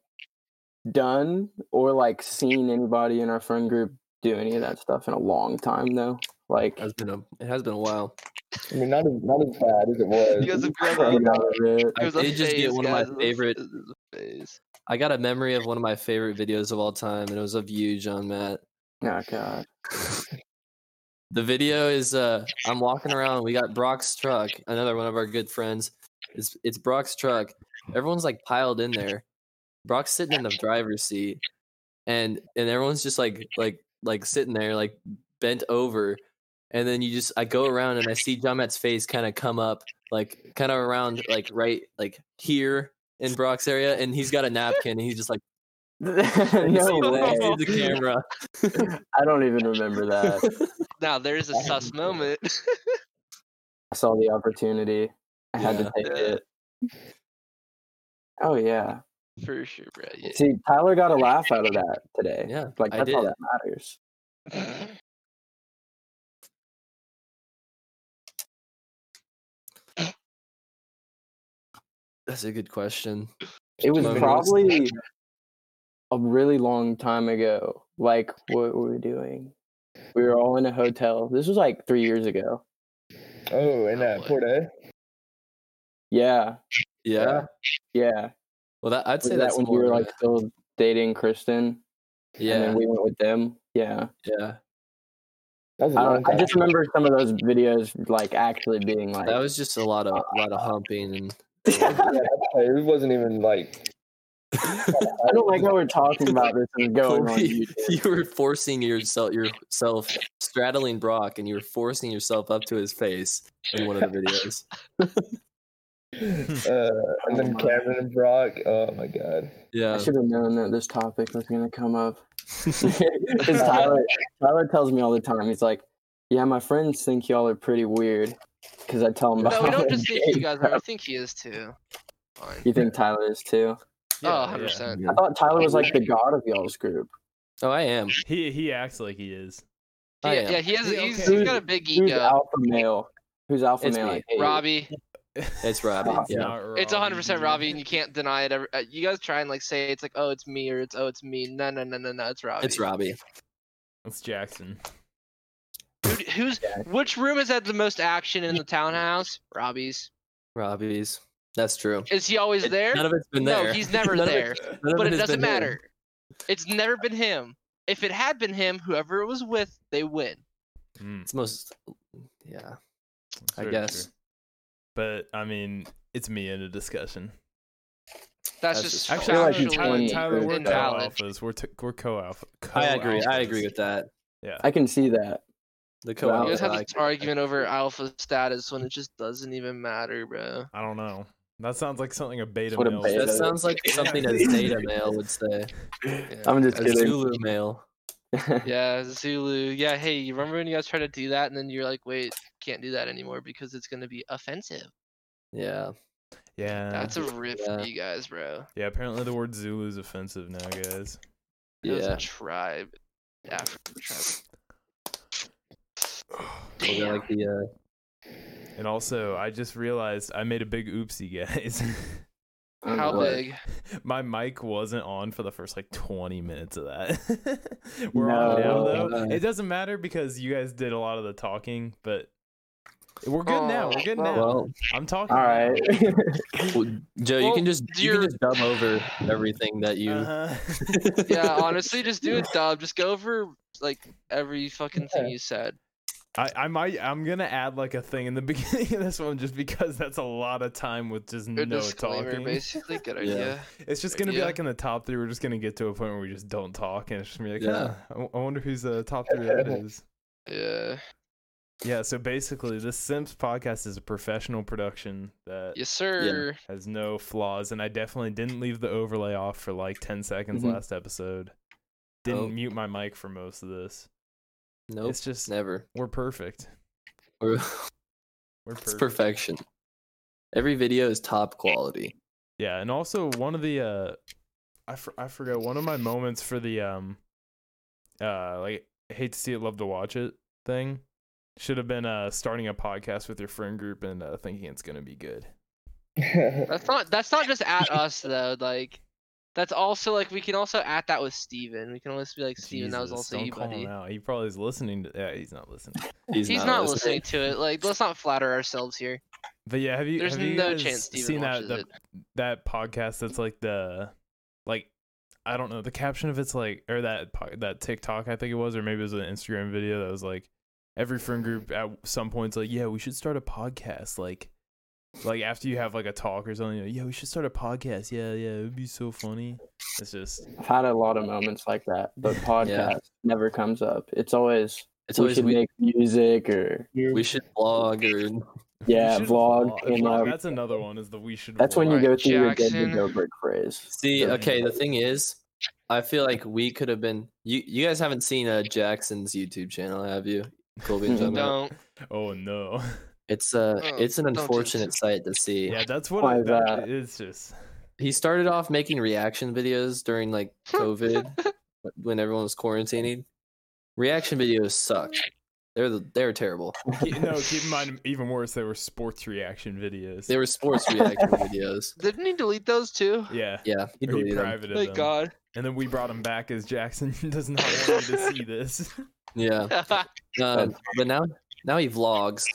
[SPEAKER 4] done or like seen anybody in our friend group do any of that stuff in a long time though. Like
[SPEAKER 3] It's been a, it has been a while.
[SPEAKER 2] I mean, not as, not as bad as it was.
[SPEAKER 5] You guys have grown
[SPEAKER 4] I
[SPEAKER 5] up.
[SPEAKER 4] got rid-
[SPEAKER 5] It was a
[SPEAKER 3] did just get
[SPEAKER 5] phase,
[SPEAKER 3] one of my
[SPEAKER 5] guys, it was a-
[SPEAKER 3] favorite-
[SPEAKER 5] it was a phase.
[SPEAKER 3] I got a memory of one of my favorite videos of all time, and it was of you, John Matt.
[SPEAKER 4] oh god.
[SPEAKER 3] The video is uh I'm walking around, we got Brock's truck, another one of our good friends. It's it's Brock's truck. Everyone's like piled in there. Brock's sitting in the driver's seat and and everyone's just like like like sitting there like bent over and then you just I go around and I see John Matt's face kind of come up like kind of around like right like here in Brock's area and he's got a napkin and he's just like
[SPEAKER 4] no way.
[SPEAKER 3] to the camera.
[SPEAKER 4] I don't even remember that.
[SPEAKER 5] Now there's a sus moment.
[SPEAKER 4] I saw the opportunity. I had to take
[SPEAKER 5] Yeah.
[SPEAKER 4] it. Oh yeah.
[SPEAKER 5] For sure, bro. Yeah.
[SPEAKER 4] See, Tyler got a laugh out of that today.
[SPEAKER 3] Yeah,
[SPEAKER 4] like
[SPEAKER 3] I
[SPEAKER 4] that's all
[SPEAKER 3] did.
[SPEAKER 4] that matters.
[SPEAKER 3] That's a good question.
[SPEAKER 4] It was
[SPEAKER 3] Moment.
[SPEAKER 4] probably a really long time ago. Like, what were we doing? We were all in a hotel. This was like three years ago.
[SPEAKER 2] Oh, and that
[SPEAKER 5] What?
[SPEAKER 2] poor day.
[SPEAKER 4] Yeah,
[SPEAKER 3] Yeah.
[SPEAKER 4] yeah.
[SPEAKER 3] Well, that, I'd say
[SPEAKER 4] Was that
[SPEAKER 3] that's
[SPEAKER 4] when we
[SPEAKER 3] more.
[SPEAKER 4] were
[SPEAKER 3] of
[SPEAKER 4] like
[SPEAKER 3] a-
[SPEAKER 4] still dating Kristen, and
[SPEAKER 3] yeah,
[SPEAKER 4] then we went with them. Yeah,
[SPEAKER 3] yeah.
[SPEAKER 2] That was a
[SPEAKER 4] I,
[SPEAKER 2] long
[SPEAKER 4] don't, I
[SPEAKER 2] time.
[SPEAKER 4] just remember some of those videos like actually being like,
[SPEAKER 3] That was just a lot of a lot of humping and
[SPEAKER 2] Yeah, okay, it wasn't even like.
[SPEAKER 4] I don't like how we're talking about this and going on.
[SPEAKER 3] you,
[SPEAKER 4] YouTube.
[SPEAKER 3] were forcing yourself yourself straddling Brock, and you were forcing yourself up to his face in one of the videos.
[SPEAKER 2] Uh, and then
[SPEAKER 4] my.
[SPEAKER 2] Cameron and Brock. Oh my god.
[SPEAKER 4] I
[SPEAKER 3] Yeah,
[SPEAKER 4] should have known that this topic was going to come up. 'Cause Tyler, Tyler tells me all the time, he's like, "Yeah, my friends think y'all are pretty weird." Because I tell him,
[SPEAKER 5] No, we don't just think you guys are. I think he is too. Oh, Fine.
[SPEAKER 4] You think Tyler is too?
[SPEAKER 5] oh,
[SPEAKER 1] Yeah, yeah.
[SPEAKER 5] 100%.
[SPEAKER 4] I thought Tyler was like the god of y'all's group.
[SPEAKER 3] oh, I am.
[SPEAKER 1] He he acts like he is.
[SPEAKER 3] I
[SPEAKER 5] Yeah,
[SPEAKER 3] am.
[SPEAKER 5] yeah, he has.
[SPEAKER 1] Yeah,
[SPEAKER 5] He's,
[SPEAKER 1] okay.
[SPEAKER 5] he's got a big
[SPEAKER 4] Who's
[SPEAKER 5] ego.
[SPEAKER 4] alpha male? Who's alpha
[SPEAKER 3] It's
[SPEAKER 4] male?
[SPEAKER 3] me.
[SPEAKER 4] I hate.
[SPEAKER 5] uh, Robbie.
[SPEAKER 3] It's Robbie.
[SPEAKER 4] It's
[SPEAKER 3] yeah,
[SPEAKER 1] not
[SPEAKER 5] It's 100%
[SPEAKER 1] dude.
[SPEAKER 5] Robbie, and you can't deny it. Ever. uh, You guys try and like say it's like, oh, it's me, or it's oh, it's me. No, no, no, no, no, it's Robbie.
[SPEAKER 3] it's Robbie.
[SPEAKER 1] It's Jackson.
[SPEAKER 5] Who, who's which room has had the most action in the townhouse? Robbie's.
[SPEAKER 3] Robbie's. That's true.
[SPEAKER 5] Is he always
[SPEAKER 3] It-
[SPEAKER 5] there?
[SPEAKER 3] None of it's been there.
[SPEAKER 5] No, he's never
[SPEAKER 3] None of
[SPEAKER 5] there.
[SPEAKER 3] none of
[SPEAKER 5] but it
[SPEAKER 3] has
[SPEAKER 5] doesn't
[SPEAKER 3] been him.
[SPEAKER 5] matter. It's never been him. If it had been him, whoever it was with, they win.
[SPEAKER 1] Mm,
[SPEAKER 3] It's most. Yeah,
[SPEAKER 1] it's
[SPEAKER 3] I
[SPEAKER 1] very
[SPEAKER 3] guess.
[SPEAKER 1] true. But I mean, it's me in a discussion.
[SPEAKER 3] That's
[SPEAKER 5] That's, just
[SPEAKER 3] just- I
[SPEAKER 1] Actually,
[SPEAKER 4] feel like
[SPEAKER 5] factually
[SPEAKER 4] he's
[SPEAKER 1] Tyler,
[SPEAKER 4] winning.
[SPEAKER 1] Tyler, we're
[SPEAKER 5] invalid.
[SPEAKER 1] co-alphas. We're t- we're co-alpha.
[SPEAKER 3] I agree. I agree with that.
[SPEAKER 1] Yeah.
[SPEAKER 4] I can see that.
[SPEAKER 3] The
[SPEAKER 4] Wow.
[SPEAKER 3] co-op.
[SPEAKER 5] You guys have
[SPEAKER 3] guy.
[SPEAKER 5] this argument over alpha status when it just doesn't even matter, bro.
[SPEAKER 1] I don't know. That sounds like something a beta
[SPEAKER 4] What a
[SPEAKER 1] male.
[SPEAKER 4] beta.
[SPEAKER 1] would
[SPEAKER 3] That
[SPEAKER 1] say.
[SPEAKER 3] sounds like something a Zeta male would say.
[SPEAKER 4] I'm just
[SPEAKER 3] A
[SPEAKER 4] kidding.
[SPEAKER 3] Zulu male.
[SPEAKER 5] Yeah, Zulu. Yeah, hey, you remember when you guys tried to do that and then you're like, wait, can't do that anymore because it's gonna be offensive.
[SPEAKER 3] Yeah.
[SPEAKER 1] Yeah.
[SPEAKER 5] That's a rip
[SPEAKER 3] yeah.
[SPEAKER 5] for you guys, bro.
[SPEAKER 1] yeah, apparently the word Zulu is offensive now, guys.
[SPEAKER 5] It was
[SPEAKER 3] Yeah.
[SPEAKER 5] a tribe. African tribe.
[SPEAKER 3] Or they're
[SPEAKER 5] Damn.
[SPEAKER 3] Like the, uh,
[SPEAKER 1] And also, I just realized I made a big oopsie, guys.
[SPEAKER 5] How
[SPEAKER 4] "Oh, What?
[SPEAKER 5] big?
[SPEAKER 1] My mic wasn't on for the first like 20 minutes of that. We're on now,
[SPEAKER 4] No.
[SPEAKER 5] Uh.
[SPEAKER 1] though. It doesn't matter because you guys did a lot of the talking, but we're good now. We're good
[SPEAKER 5] Oh,
[SPEAKER 1] now.
[SPEAKER 3] well,
[SPEAKER 1] I'm talking.
[SPEAKER 4] All right.
[SPEAKER 3] w- Joe, you can
[SPEAKER 5] Well,
[SPEAKER 3] just you can
[SPEAKER 5] you're-
[SPEAKER 3] just dub over everything that you.
[SPEAKER 1] Uh-huh.
[SPEAKER 5] Yeah, honestly, just do a dub. Just go over like every fucking thing you said.
[SPEAKER 1] I, I might I'm gonna add like a thing in the beginning of this one just because that's a lot of time with just
[SPEAKER 5] Good
[SPEAKER 1] no
[SPEAKER 5] disclaimer,
[SPEAKER 1] talking.
[SPEAKER 5] basically. Good
[SPEAKER 3] Yeah.
[SPEAKER 5] idea.
[SPEAKER 1] It's just gonna be
[SPEAKER 5] Yeah.
[SPEAKER 1] like in the top three. We're just gonna get to a point where we just don't talk, and it's just gonna be like, yeah.
[SPEAKER 3] Yeah.
[SPEAKER 1] I wonder who's the top three that is.
[SPEAKER 5] Yeah.
[SPEAKER 1] Yeah. So basically, this Simps podcast is a professional production that
[SPEAKER 5] Yes, sir.
[SPEAKER 1] has no flaws, and I definitely didn't leave the overlay off for like ten seconds
[SPEAKER 4] Mhm.
[SPEAKER 1] last episode. Didn't
[SPEAKER 3] Mm-hmm. Oh.
[SPEAKER 1] mute my mic for most of this.
[SPEAKER 3] Nope.
[SPEAKER 1] It's just
[SPEAKER 3] Never.
[SPEAKER 1] we're perfect.
[SPEAKER 3] Or-
[SPEAKER 1] We're
[SPEAKER 3] it's
[SPEAKER 1] perfect.
[SPEAKER 3] perfection. Every video is top quality.
[SPEAKER 1] Yeah, and also one of the uh, I for, I forgot one of my moments for the um, uh, like hate to see it, love to watch it thing should have been uh starting a podcast with your friend group and uh, thinking it's gonna be good.
[SPEAKER 5] That's not that's not just at us though, like that's also like we can also at that with Steven. We can always be like Steven, that was
[SPEAKER 1] Jesus,
[SPEAKER 5] also
[SPEAKER 1] don't
[SPEAKER 5] you,
[SPEAKER 1] call
[SPEAKER 5] buddy.
[SPEAKER 1] him out. He probably is listening. To, yeah, he's not listening.
[SPEAKER 3] He's,
[SPEAKER 5] He's not listening to it. Like, let's not flatter ourselves here.
[SPEAKER 1] But yeah, have you
[SPEAKER 5] There's
[SPEAKER 1] have you
[SPEAKER 5] no
[SPEAKER 1] guys
[SPEAKER 5] chance Steven
[SPEAKER 1] seen that
[SPEAKER 5] watches
[SPEAKER 1] the,
[SPEAKER 5] it.
[SPEAKER 1] that podcast that's like the like I don't know the caption of it's like or that po- that TikTok I think it was or maybe it was an Instagram video that was like every friend group at some points like yeah we should start a podcast like like after you have like a talk or something like, yeah we should start a podcast yeah yeah it would be so funny it's just
[SPEAKER 4] I've had a lot of moments like that, but podcast never comes up. It's always
[SPEAKER 3] It's
[SPEAKER 4] we
[SPEAKER 3] always
[SPEAKER 4] should
[SPEAKER 3] we,
[SPEAKER 4] make music or
[SPEAKER 3] we should vlog or
[SPEAKER 1] we
[SPEAKER 4] Yeah,
[SPEAKER 1] should
[SPEAKER 4] vlog came
[SPEAKER 1] Well,
[SPEAKER 4] up.
[SPEAKER 1] that's another one is the we should
[SPEAKER 4] that's when you
[SPEAKER 1] vlog.
[SPEAKER 4] go through your dead to
[SPEAKER 5] Jackson.
[SPEAKER 4] Dobrik phase.
[SPEAKER 3] See,
[SPEAKER 4] Yeah.
[SPEAKER 3] okay, the thing is, I feel like we could have been you you guys haven't seen uh Jackson's YouTube channel, have you? Colby and John Matt?
[SPEAKER 5] Don't.
[SPEAKER 1] oh no
[SPEAKER 3] It's uh
[SPEAKER 5] Oh,
[SPEAKER 3] it's an
[SPEAKER 5] don't do
[SPEAKER 3] unfortunate sight to see.
[SPEAKER 1] yeah that's what
[SPEAKER 4] Why
[SPEAKER 1] I,
[SPEAKER 4] is
[SPEAKER 1] that,
[SPEAKER 4] that?
[SPEAKER 1] it's just
[SPEAKER 3] He started off making reaction videos during like COVID wh- when everyone was quarantining. Reaction videos sucked. They're the, they're terrible.
[SPEAKER 1] Keep- no, keep in mind, even worse, they were sports reaction videos.
[SPEAKER 3] They were sports reaction videos.
[SPEAKER 5] Didn't he delete those too?
[SPEAKER 1] yeah.
[SPEAKER 3] Yeah,
[SPEAKER 1] Or he
[SPEAKER 3] he deleted them.
[SPEAKER 1] privated
[SPEAKER 5] Thank
[SPEAKER 1] them.
[SPEAKER 5] God.
[SPEAKER 1] And then we brought him back as Jackson does not want you to see this.
[SPEAKER 3] Yeah, um, but now now he vlogs.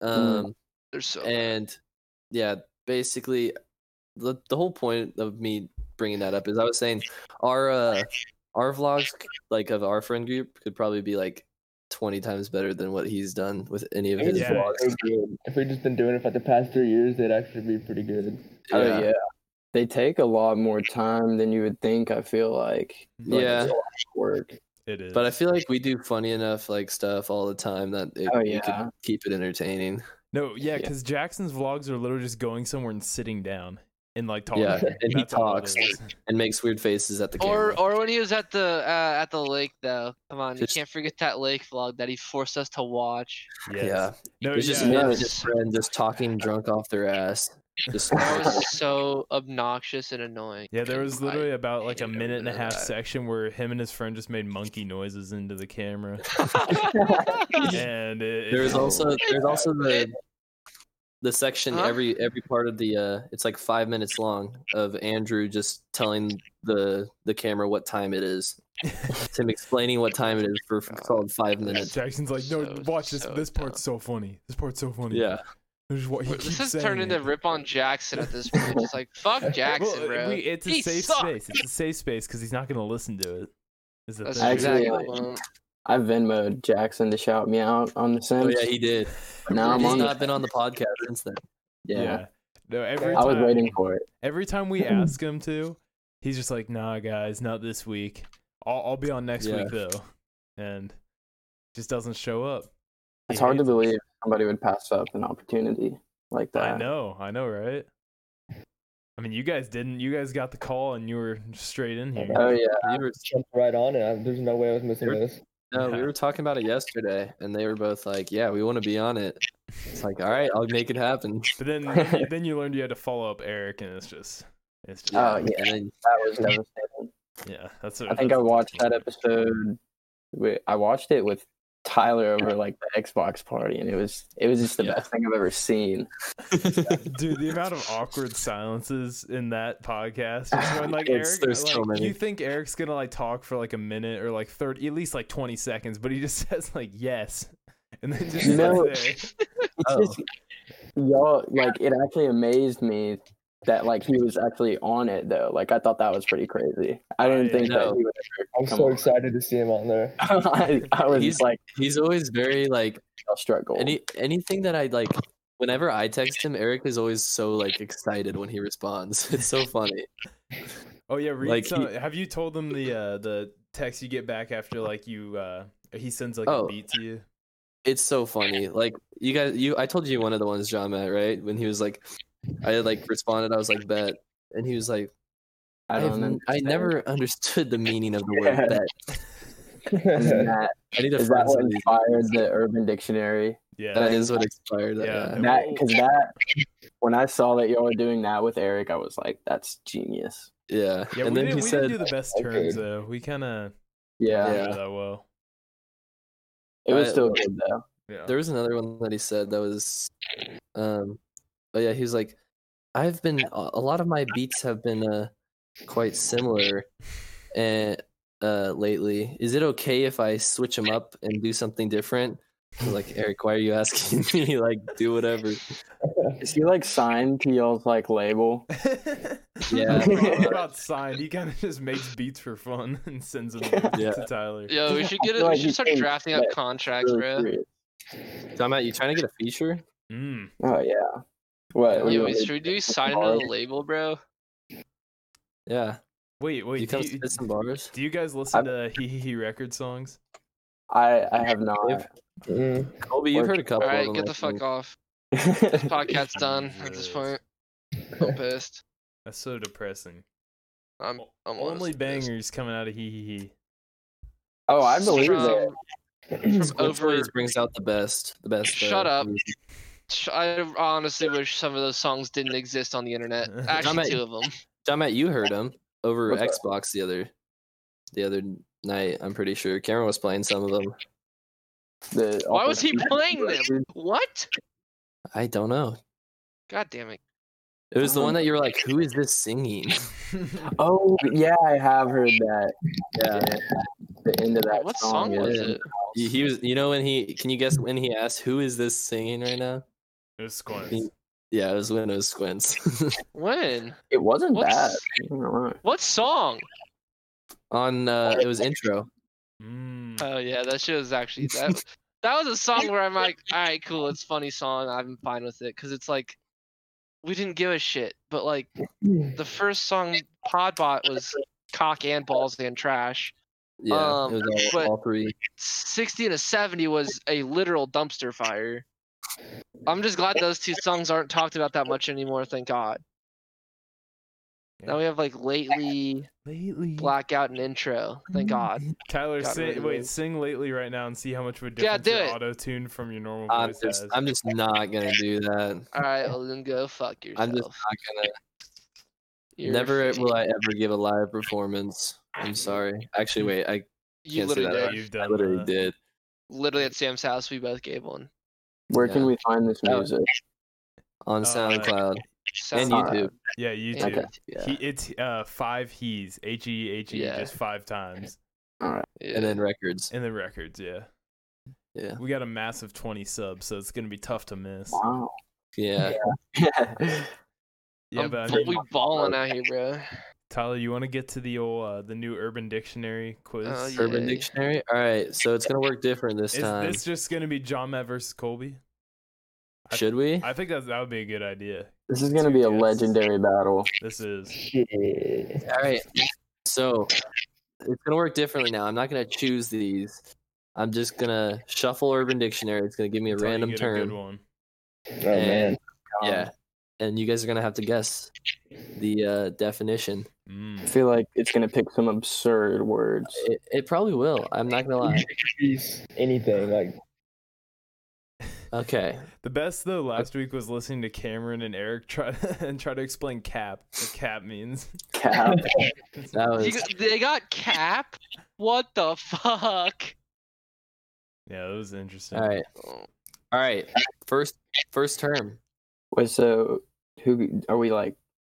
[SPEAKER 3] Um,
[SPEAKER 5] They're so.
[SPEAKER 3] and yeah basically the, the whole point of me bringing that up is i was saying our uh our vlogs like of our friend group could probably be like 20 times better than what he's done with any of his
[SPEAKER 1] Yeah.
[SPEAKER 3] vlogs
[SPEAKER 2] if we'd just been doing it for the past three years, they'd actually be pretty good.
[SPEAKER 4] Oh yeah. They take a lot more time than you would think, I feel like. Like,
[SPEAKER 3] Yeah.
[SPEAKER 4] it's a lot of work.
[SPEAKER 1] It is.
[SPEAKER 3] but i feel like we do funny enough like stuff all the time that it,
[SPEAKER 4] Oh,
[SPEAKER 3] we
[SPEAKER 4] yeah.
[SPEAKER 3] could keep it entertaining
[SPEAKER 1] no, yeah,
[SPEAKER 4] Yeah.
[SPEAKER 1] because Jackson's vlogs are literally just going somewhere and sitting down and like talking.
[SPEAKER 3] Yeah, and he
[SPEAKER 1] That's all it
[SPEAKER 3] talks.
[SPEAKER 1] is.
[SPEAKER 3] and makes weird faces at the camera
[SPEAKER 5] or oh, or when he was at the uh, at the lake though. Come on,
[SPEAKER 3] Just-
[SPEAKER 5] you can't forget that lake vlog that he forced us to watch.
[SPEAKER 1] Yes.
[SPEAKER 3] yeah
[SPEAKER 5] Oh,
[SPEAKER 1] No,
[SPEAKER 3] it's just
[SPEAKER 1] yeah.
[SPEAKER 3] me
[SPEAKER 4] Yeah.
[SPEAKER 3] and his friend just talking drunk off their ass just
[SPEAKER 5] That was so obnoxious and annoying.
[SPEAKER 1] Yeah, there was
[SPEAKER 5] I-
[SPEAKER 1] literally about like a
[SPEAKER 5] hated
[SPEAKER 1] minute and a
[SPEAKER 5] that.
[SPEAKER 1] half section where him and his friend just made monkey noises into the camera, and it,
[SPEAKER 3] There's
[SPEAKER 1] it,
[SPEAKER 3] also there's also the the section
[SPEAKER 5] Huh?
[SPEAKER 3] every every part of the uh it's like five minutes long of Andrew just telling the the camera what time it is. It's him explaining what time it is for f- solid five minutes.
[SPEAKER 1] Jackson's like, no,
[SPEAKER 5] So,
[SPEAKER 1] watch this.
[SPEAKER 5] so
[SPEAKER 1] this part's so funny. This part's so funny.
[SPEAKER 3] Yeah.
[SPEAKER 1] There's what he keeps
[SPEAKER 5] this has
[SPEAKER 1] saying
[SPEAKER 5] turned
[SPEAKER 1] it.
[SPEAKER 5] into rip on Jackson at this point. Just like fuck Jackson,
[SPEAKER 1] well,
[SPEAKER 5] bro.
[SPEAKER 1] we- it's a
[SPEAKER 5] He
[SPEAKER 1] safe
[SPEAKER 5] sucked.
[SPEAKER 1] space. It's a safe space because he's not going to listen to it. Is the
[SPEAKER 5] That's
[SPEAKER 1] thing.
[SPEAKER 4] Actually,
[SPEAKER 5] exactly.
[SPEAKER 4] like-
[SPEAKER 5] what I'm-
[SPEAKER 4] I Venmoed Jackson to shout me out on the
[SPEAKER 3] Oh
[SPEAKER 4] Sims.
[SPEAKER 3] yeah, he did.
[SPEAKER 4] now I'm
[SPEAKER 3] He's
[SPEAKER 4] on the,
[SPEAKER 3] not been on the podcast since then.
[SPEAKER 4] yeah.
[SPEAKER 1] No, every
[SPEAKER 4] I was
[SPEAKER 1] time,
[SPEAKER 4] waiting for it.
[SPEAKER 1] Every time we ask him to, he's just like, "Nah, guys, not this week. I'll, I'll be on next
[SPEAKER 3] Yeah.
[SPEAKER 1] week though." And just doesn't show up.
[SPEAKER 4] It's hard to believe somebody would pass up an opportunity like that.
[SPEAKER 1] I know, I know, right? I mean, you guys didn't. You guys got the call and you were straight in here.
[SPEAKER 4] Oh yeah,
[SPEAKER 3] We were,
[SPEAKER 2] Jumped right on it. I- There's no way I was missing
[SPEAKER 3] You're-
[SPEAKER 2] this.
[SPEAKER 3] no, we were talking about it yesterday, and they were both like, "Yeah, we want to be on it." It's like, all right, I'll make it happen.
[SPEAKER 1] But then, then you- then you learned you had to follow up Eric, and it's just, it's just,
[SPEAKER 4] Oh, yeah.
[SPEAKER 3] And then
[SPEAKER 4] that was devastating.
[SPEAKER 1] yeah. That's. what-
[SPEAKER 4] I think I
[SPEAKER 1] that's-
[SPEAKER 4] watched that episode. With, I watched it with Tyler over like the Xbox party, and it was it was just the
[SPEAKER 3] Yeah.
[SPEAKER 4] best thing I've ever seen.
[SPEAKER 1] Dude, the amount of awkward silences in that podcast. Just when, like
[SPEAKER 3] It's-
[SPEAKER 1] Eric,
[SPEAKER 3] there's so
[SPEAKER 1] like,
[SPEAKER 3] many.
[SPEAKER 1] you think Eric's gonna like talk for like a minute or like thirty, at least like twenty seconds, but he just says like yes, and then just
[SPEAKER 4] No.
[SPEAKER 1] sits there.
[SPEAKER 4] It's
[SPEAKER 3] Oh.
[SPEAKER 4] just y'all like it actually amazed me that like he was actually on it though. Like I thought that was pretty crazy. I didn't
[SPEAKER 1] I
[SPEAKER 4] think that
[SPEAKER 3] know.
[SPEAKER 4] he would
[SPEAKER 2] I'm
[SPEAKER 4] Come
[SPEAKER 2] so
[SPEAKER 4] on.
[SPEAKER 2] excited to see him on there.
[SPEAKER 4] I, I was
[SPEAKER 3] He's-
[SPEAKER 4] like
[SPEAKER 3] he's always very like
[SPEAKER 4] struggle.
[SPEAKER 3] any anything that I like. Whenever I text him, Eric is always so like excited when he responds. It's so funny.
[SPEAKER 1] Oh yeah, read
[SPEAKER 3] Like,
[SPEAKER 1] some,
[SPEAKER 3] he-
[SPEAKER 1] have you told them the uh, the text you get back after like you uh, he sends like a
[SPEAKER 3] Oh.
[SPEAKER 1] beat to you?
[SPEAKER 3] it's so funny. Like you guys, you I told you one of the ones John met right when he was like, I had like responded. I was like bet, and he was like,
[SPEAKER 4] I
[SPEAKER 3] I,
[SPEAKER 4] don't
[SPEAKER 3] have-
[SPEAKER 4] know.
[SPEAKER 3] I never understood the meaning of the word
[SPEAKER 4] Yeah.
[SPEAKER 3] bet.
[SPEAKER 4] That,
[SPEAKER 3] I need to
[SPEAKER 4] is that
[SPEAKER 3] find
[SPEAKER 4] what
[SPEAKER 3] somebody.
[SPEAKER 4] inspired the Urban Dictionary?
[SPEAKER 1] Yeah,
[SPEAKER 3] That is what expired.
[SPEAKER 1] Yeah.
[SPEAKER 3] Yeah.
[SPEAKER 4] That because that when I saw that y'all were doing that with Eric, I was like, that's genius.
[SPEAKER 3] Yeah.
[SPEAKER 1] yeah. we
[SPEAKER 3] and then
[SPEAKER 1] didn't,
[SPEAKER 3] he
[SPEAKER 1] we
[SPEAKER 3] said,
[SPEAKER 1] didn't do the best terms though. We kind of
[SPEAKER 4] Yeah,
[SPEAKER 1] yeah.
[SPEAKER 3] Yeah.
[SPEAKER 1] that well.
[SPEAKER 4] it was
[SPEAKER 3] I-
[SPEAKER 4] still good though.
[SPEAKER 1] Yeah.
[SPEAKER 3] there was another one that he said that was, um, oh yeah, he was like, I've been a a lot of my beats have been uh quite similar, and uh lately, is it okay if I switch them up and do something different? I was like Eric, why are you asking me? Like, do whatever.
[SPEAKER 4] Is he like signed to y'all's like label?
[SPEAKER 3] Yeah.
[SPEAKER 1] All about signed. He kind of just makes beats for fun and sends them
[SPEAKER 3] Yeah.
[SPEAKER 1] to Tyler.
[SPEAKER 5] Yo, we should
[SPEAKER 4] I
[SPEAKER 5] get
[SPEAKER 4] feel
[SPEAKER 5] it.
[SPEAKER 4] like
[SPEAKER 5] We
[SPEAKER 4] you
[SPEAKER 5] should start
[SPEAKER 4] changed
[SPEAKER 5] drafting up
[SPEAKER 4] that.
[SPEAKER 5] contracts,
[SPEAKER 4] Really
[SPEAKER 5] bro.
[SPEAKER 4] curious.
[SPEAKER 3] John Matt, you trying to get a feature?
[SPEAKER 1] Mm.
[SPEAKER 4] Oh yeah. What? what do
[SPEAKER 5] Yo,
[SPEAKER 4] you
[SPEAKER 5] we-
[SPEAKER 4] want me
[SPEAKER 5] should
[SPEAKER 4] to
[SPEAKER 5] we do
[SPEAKER 4] do?
[SPEAKER 5] sign into the label, bro?
[SPEAKER 3] Yeah.
[SPEAKER 1] Wait, wait.
[SPEAKER 3] you
[SPEAKER 1] do,
[SPEAKER 3] come
[SPEAKER 1] you,
[SPEAKER 3] spit some bars?
[SPEAKER 1] do you guys listen to He He He record songs?
[SPEAKER 4] I I have not.
[SPEAKER 2] Mm.
[SPEAKER 3] Colby, you've
[SPEAKER 4] Or-
[SPEAKER 3] heard a couple.
[SPEAKER 5] All right,
[SPEAKER 3] of them,
[SPEAKER 5] get
[SPEAKER 3] I
[SPEAKER 5] the fuck
[SPEAKER 3] think.
[SPEAKER 5] off. This podcast's done at this point. I'm pissed.
[SPEAKER 1] That's so depressing.
[SPEAKER 5] I'm I'm
[SPEAKER 1] Only
[SPEAKER 5] honestly pissed.
[SPEAKER 1] bangers coming out of He He He.
[SPEAKER 4] oh, I believe it.
[SPEAKER 5] From, from
[SPEAKER 3] Squid
[SPEAKER 5] over.
[SPEAKER 3] Toys brings out the best. The best. uh,
[SPEAKER 5] Shut up.
[SPEAKER 3] music.
[SPEAKER 5] I honestly wish some of those songs didn't exist on the internet. Actually,
[SPEAKER 3] at-
[SPEAKER 5] two of them.
[SPEAKER 3] John Matt, you heard him over
[SPEAKER 4] What's that?
[SPEAKER 3] Xbox the other the other night. I'm pretty sure Cameron was playing some of them.
[SPEAKER 4] The
[SPEAKER 5] Why was he
[SPEAKER 4] offensive
[SPEAKER 5] playing them? What?
[SPEAKER 3] I don't know.
[SPEAKER 5] God damn it!
[SPEAKER 3] It was the one
[SPEAKER 4] Um,
[SPEAKER 3] that you were like, "Who is this singing?"
[SPEAKER 4] Oh yeah, I have heard that.
[SPEAKER 3] yeah,
[SPEAKER 4] The end of that
[SPEAKER 5] What
[SPEAKER 4] song,
[SPEAKER 5] song was
[SPEAKER 4] is-
[SPEAKER 5] it?
[SPEAKER 3] he, he was. You know when he? Can you guess when he asked, "Who is this singing right now?"
[SPEAKER 1] It was Squint.
[SPEAKER 3] He- Yeah, it was when it was Squints
[SPEAKER 5] When?
[SPEAKER 4] It wasn't
[SPEAKER 5] What's-
[SPEAKER 4] bad. I don't know.
[SPEAKER 5] What song?
[SPEAKER 3] on. uh It was intro.
[SPEAKER 1] Mm.
[SPEAKER 5] Oh yeah, that shit was actually that. that was a song where I'm like, all right, cool, it's a funny song. I'm fine with it because it's like we didn't give a shit. But like the first song, Podbot was cock and balls and trash.
[SPEAKER 3] Yeah,
[SPEAKER 5] Um,
[SPEAKER 3] it was all,
[SPEAKER 5] but-
[SPEAKER 3] all three.
[SPEAKER 5] Sixty and a seventy was a literal dumpster fire. I'm just glad those two songs aren't talked about that much anymore. Thank God. Now we have like lately,
[SPEAKER 1] Lately,
[SPEAKER 5] blackout, and intro. Thank God.
[SPEAKER 1] Tyler,
[SPEAKER 5] Got rid
[SPEAKER 1] sing,
[SPEAKER 5] of
[SPEAKER 1] wait,
[SPEAKER 5] those.
[SPEAKER 1] sing lately right now and see how much of a
[SPEAKER 5] Yeah,
[SPEAKER 1] difference
[SPEAKER 5] do
[SPEAKER 1] your
[SPEAKER 5] it.
[SPEAKER 1] auto tune from your normal
[SPEAKER 3] I'm
[SPEAKER 1] voice
[SPEAKER 3] just,
[SPEAKER 1] has.
[SPEAKER 3] I'm just not gonna do that.
[SPEAKER 5] All right, well then go fuck yourself.
[SPEAKER 3] I'm just not gonna.
[SPEAKER 5] You're
[SPEAKER 3] Never
[SPEAKER 5] fake.
[SPEAKER 3] will I ever give a live performance. I'm sorry. Actually, wait. I,
[SPEAKER 5] You
[SPEAKER 3] can't say
[SPEAKER 5] literally
[SPEAKER 3] that.
[SPEAKER 5] did.
[SPEAKER 1] Yeah, you've
[SPEAKER 3] I
[SPEAKER 1] done
[SPEAKER 3] literally
[SPEAKER 1] that.
[SPEAKER 3] did.
[SPEAKER 5] literally at Sam's house. We both gave one.
[SPEAKER 4] Where can
[SPEAKER 3] Yeah.
[SPEAKER 4] we find this
[SPEAKER 3] Oh,
[SPEAKER 4] music?
[SPEAKER 3] on
[SPEAKER 1] Uh,
[SPEAKER 3] SoundCloud and
[SPEAKER 5] Sound-
[SPEAKER 4] Alright.
[SPEAKER 3] YouTube.
[SPEAKER 1] Yeah,
[SPEAKER 5] Yeah.
[SPEAKER 1] YouTube.
[SPEAKER 4] Okay.
[SPEAKER 3] Yeah.
[SPEAKER 1] He, it's uh five he's H E H E
[SPEAKER 5] Yeah.
[SPEAKER 1] just five times.
[SPEAKER 5] Yeah.
[SPEAKER 3] And then records.
[SPEAKER 1] And then records, yeah.
[SPEAKER 3] Yeah.
[SPEAKER 1] We got a massive twenty subs, so it's gonna be tough to miss.
[SPEAKER 4] Wow.
[SPEAKER 3] Yeah.
[SPEAKER 1] Yeah,
[SPEAKER 5] I'm
[SPEAKER 1] but I
[SPEAKER 5] bu-
[SPEAKER 1] mean,
[SPEAKER 5] Um, we balling out here, bro.
[SPEAKER 1] Tyler, you wanna get to the old uh, the new urban dictionary quiz?
[SPEAKER 5] Oh, yeah.
[SPEAKER 3] Urban Dictionary. All right. So it's gonna work different this
[SPEAKER 1] Is
[SPEAKER 3] time.
[SPEAKER 1] this just gonna be John Matt versus Colby? I-
[SPEAKER 3] Should we?
[SPEAKER 1] I think that that would be a good idea.
[SPEAKER 4] This is gonna be a
[SPEAKER 1] Yes.
[SPEAKER 4] legendary battle.
[SPEAKER 1] This is
[SPEAKER 2] Shit.
[SPEAKER 3] All right. So it's gonna work differently now. I'm not gonna choose these. I'm just gonna shuffle Urban Dictionary. It's gonna give me a
[SPEAKER 1] Until you
[SPEAKER 3] random
[SPEAKER 1] get A good
[SPEAKER 3] term.
[SPEAKER 1] one.
[SPEAKER 2] Oh man.
[SPEAKER 3] yeah, and you guys are gonna have to guess the uh, definition.
[SPEAKER 4] I
[SPEAKER 1] Mm.
[SPEAKER 4] feel like it's gonna pick some absurd words.
[SPEAKER 3] It, it probably will. I'm not gonna lie.
[SPEAKER 2] Jeez, Anything like
[SPEAKER 3] Okay,
[SPEAKER 1] The best though last week was listening to Cameron and Eric try and try to explain cap. What cap means.
[SPEAKER 4] Cap.
[SPEAKER 3] that
[SPEAKER 4] Oh,
[SPEAKER 5] You
[SPEAKER 3] was
[SPEAKER 5] g- they got cap. What the fuck?
[SPEAKER 1] Yeah, that was interesting.
[SPEAKER 3] all right. All right, first first term.
[SPEAKER 4] Wait, so who are we like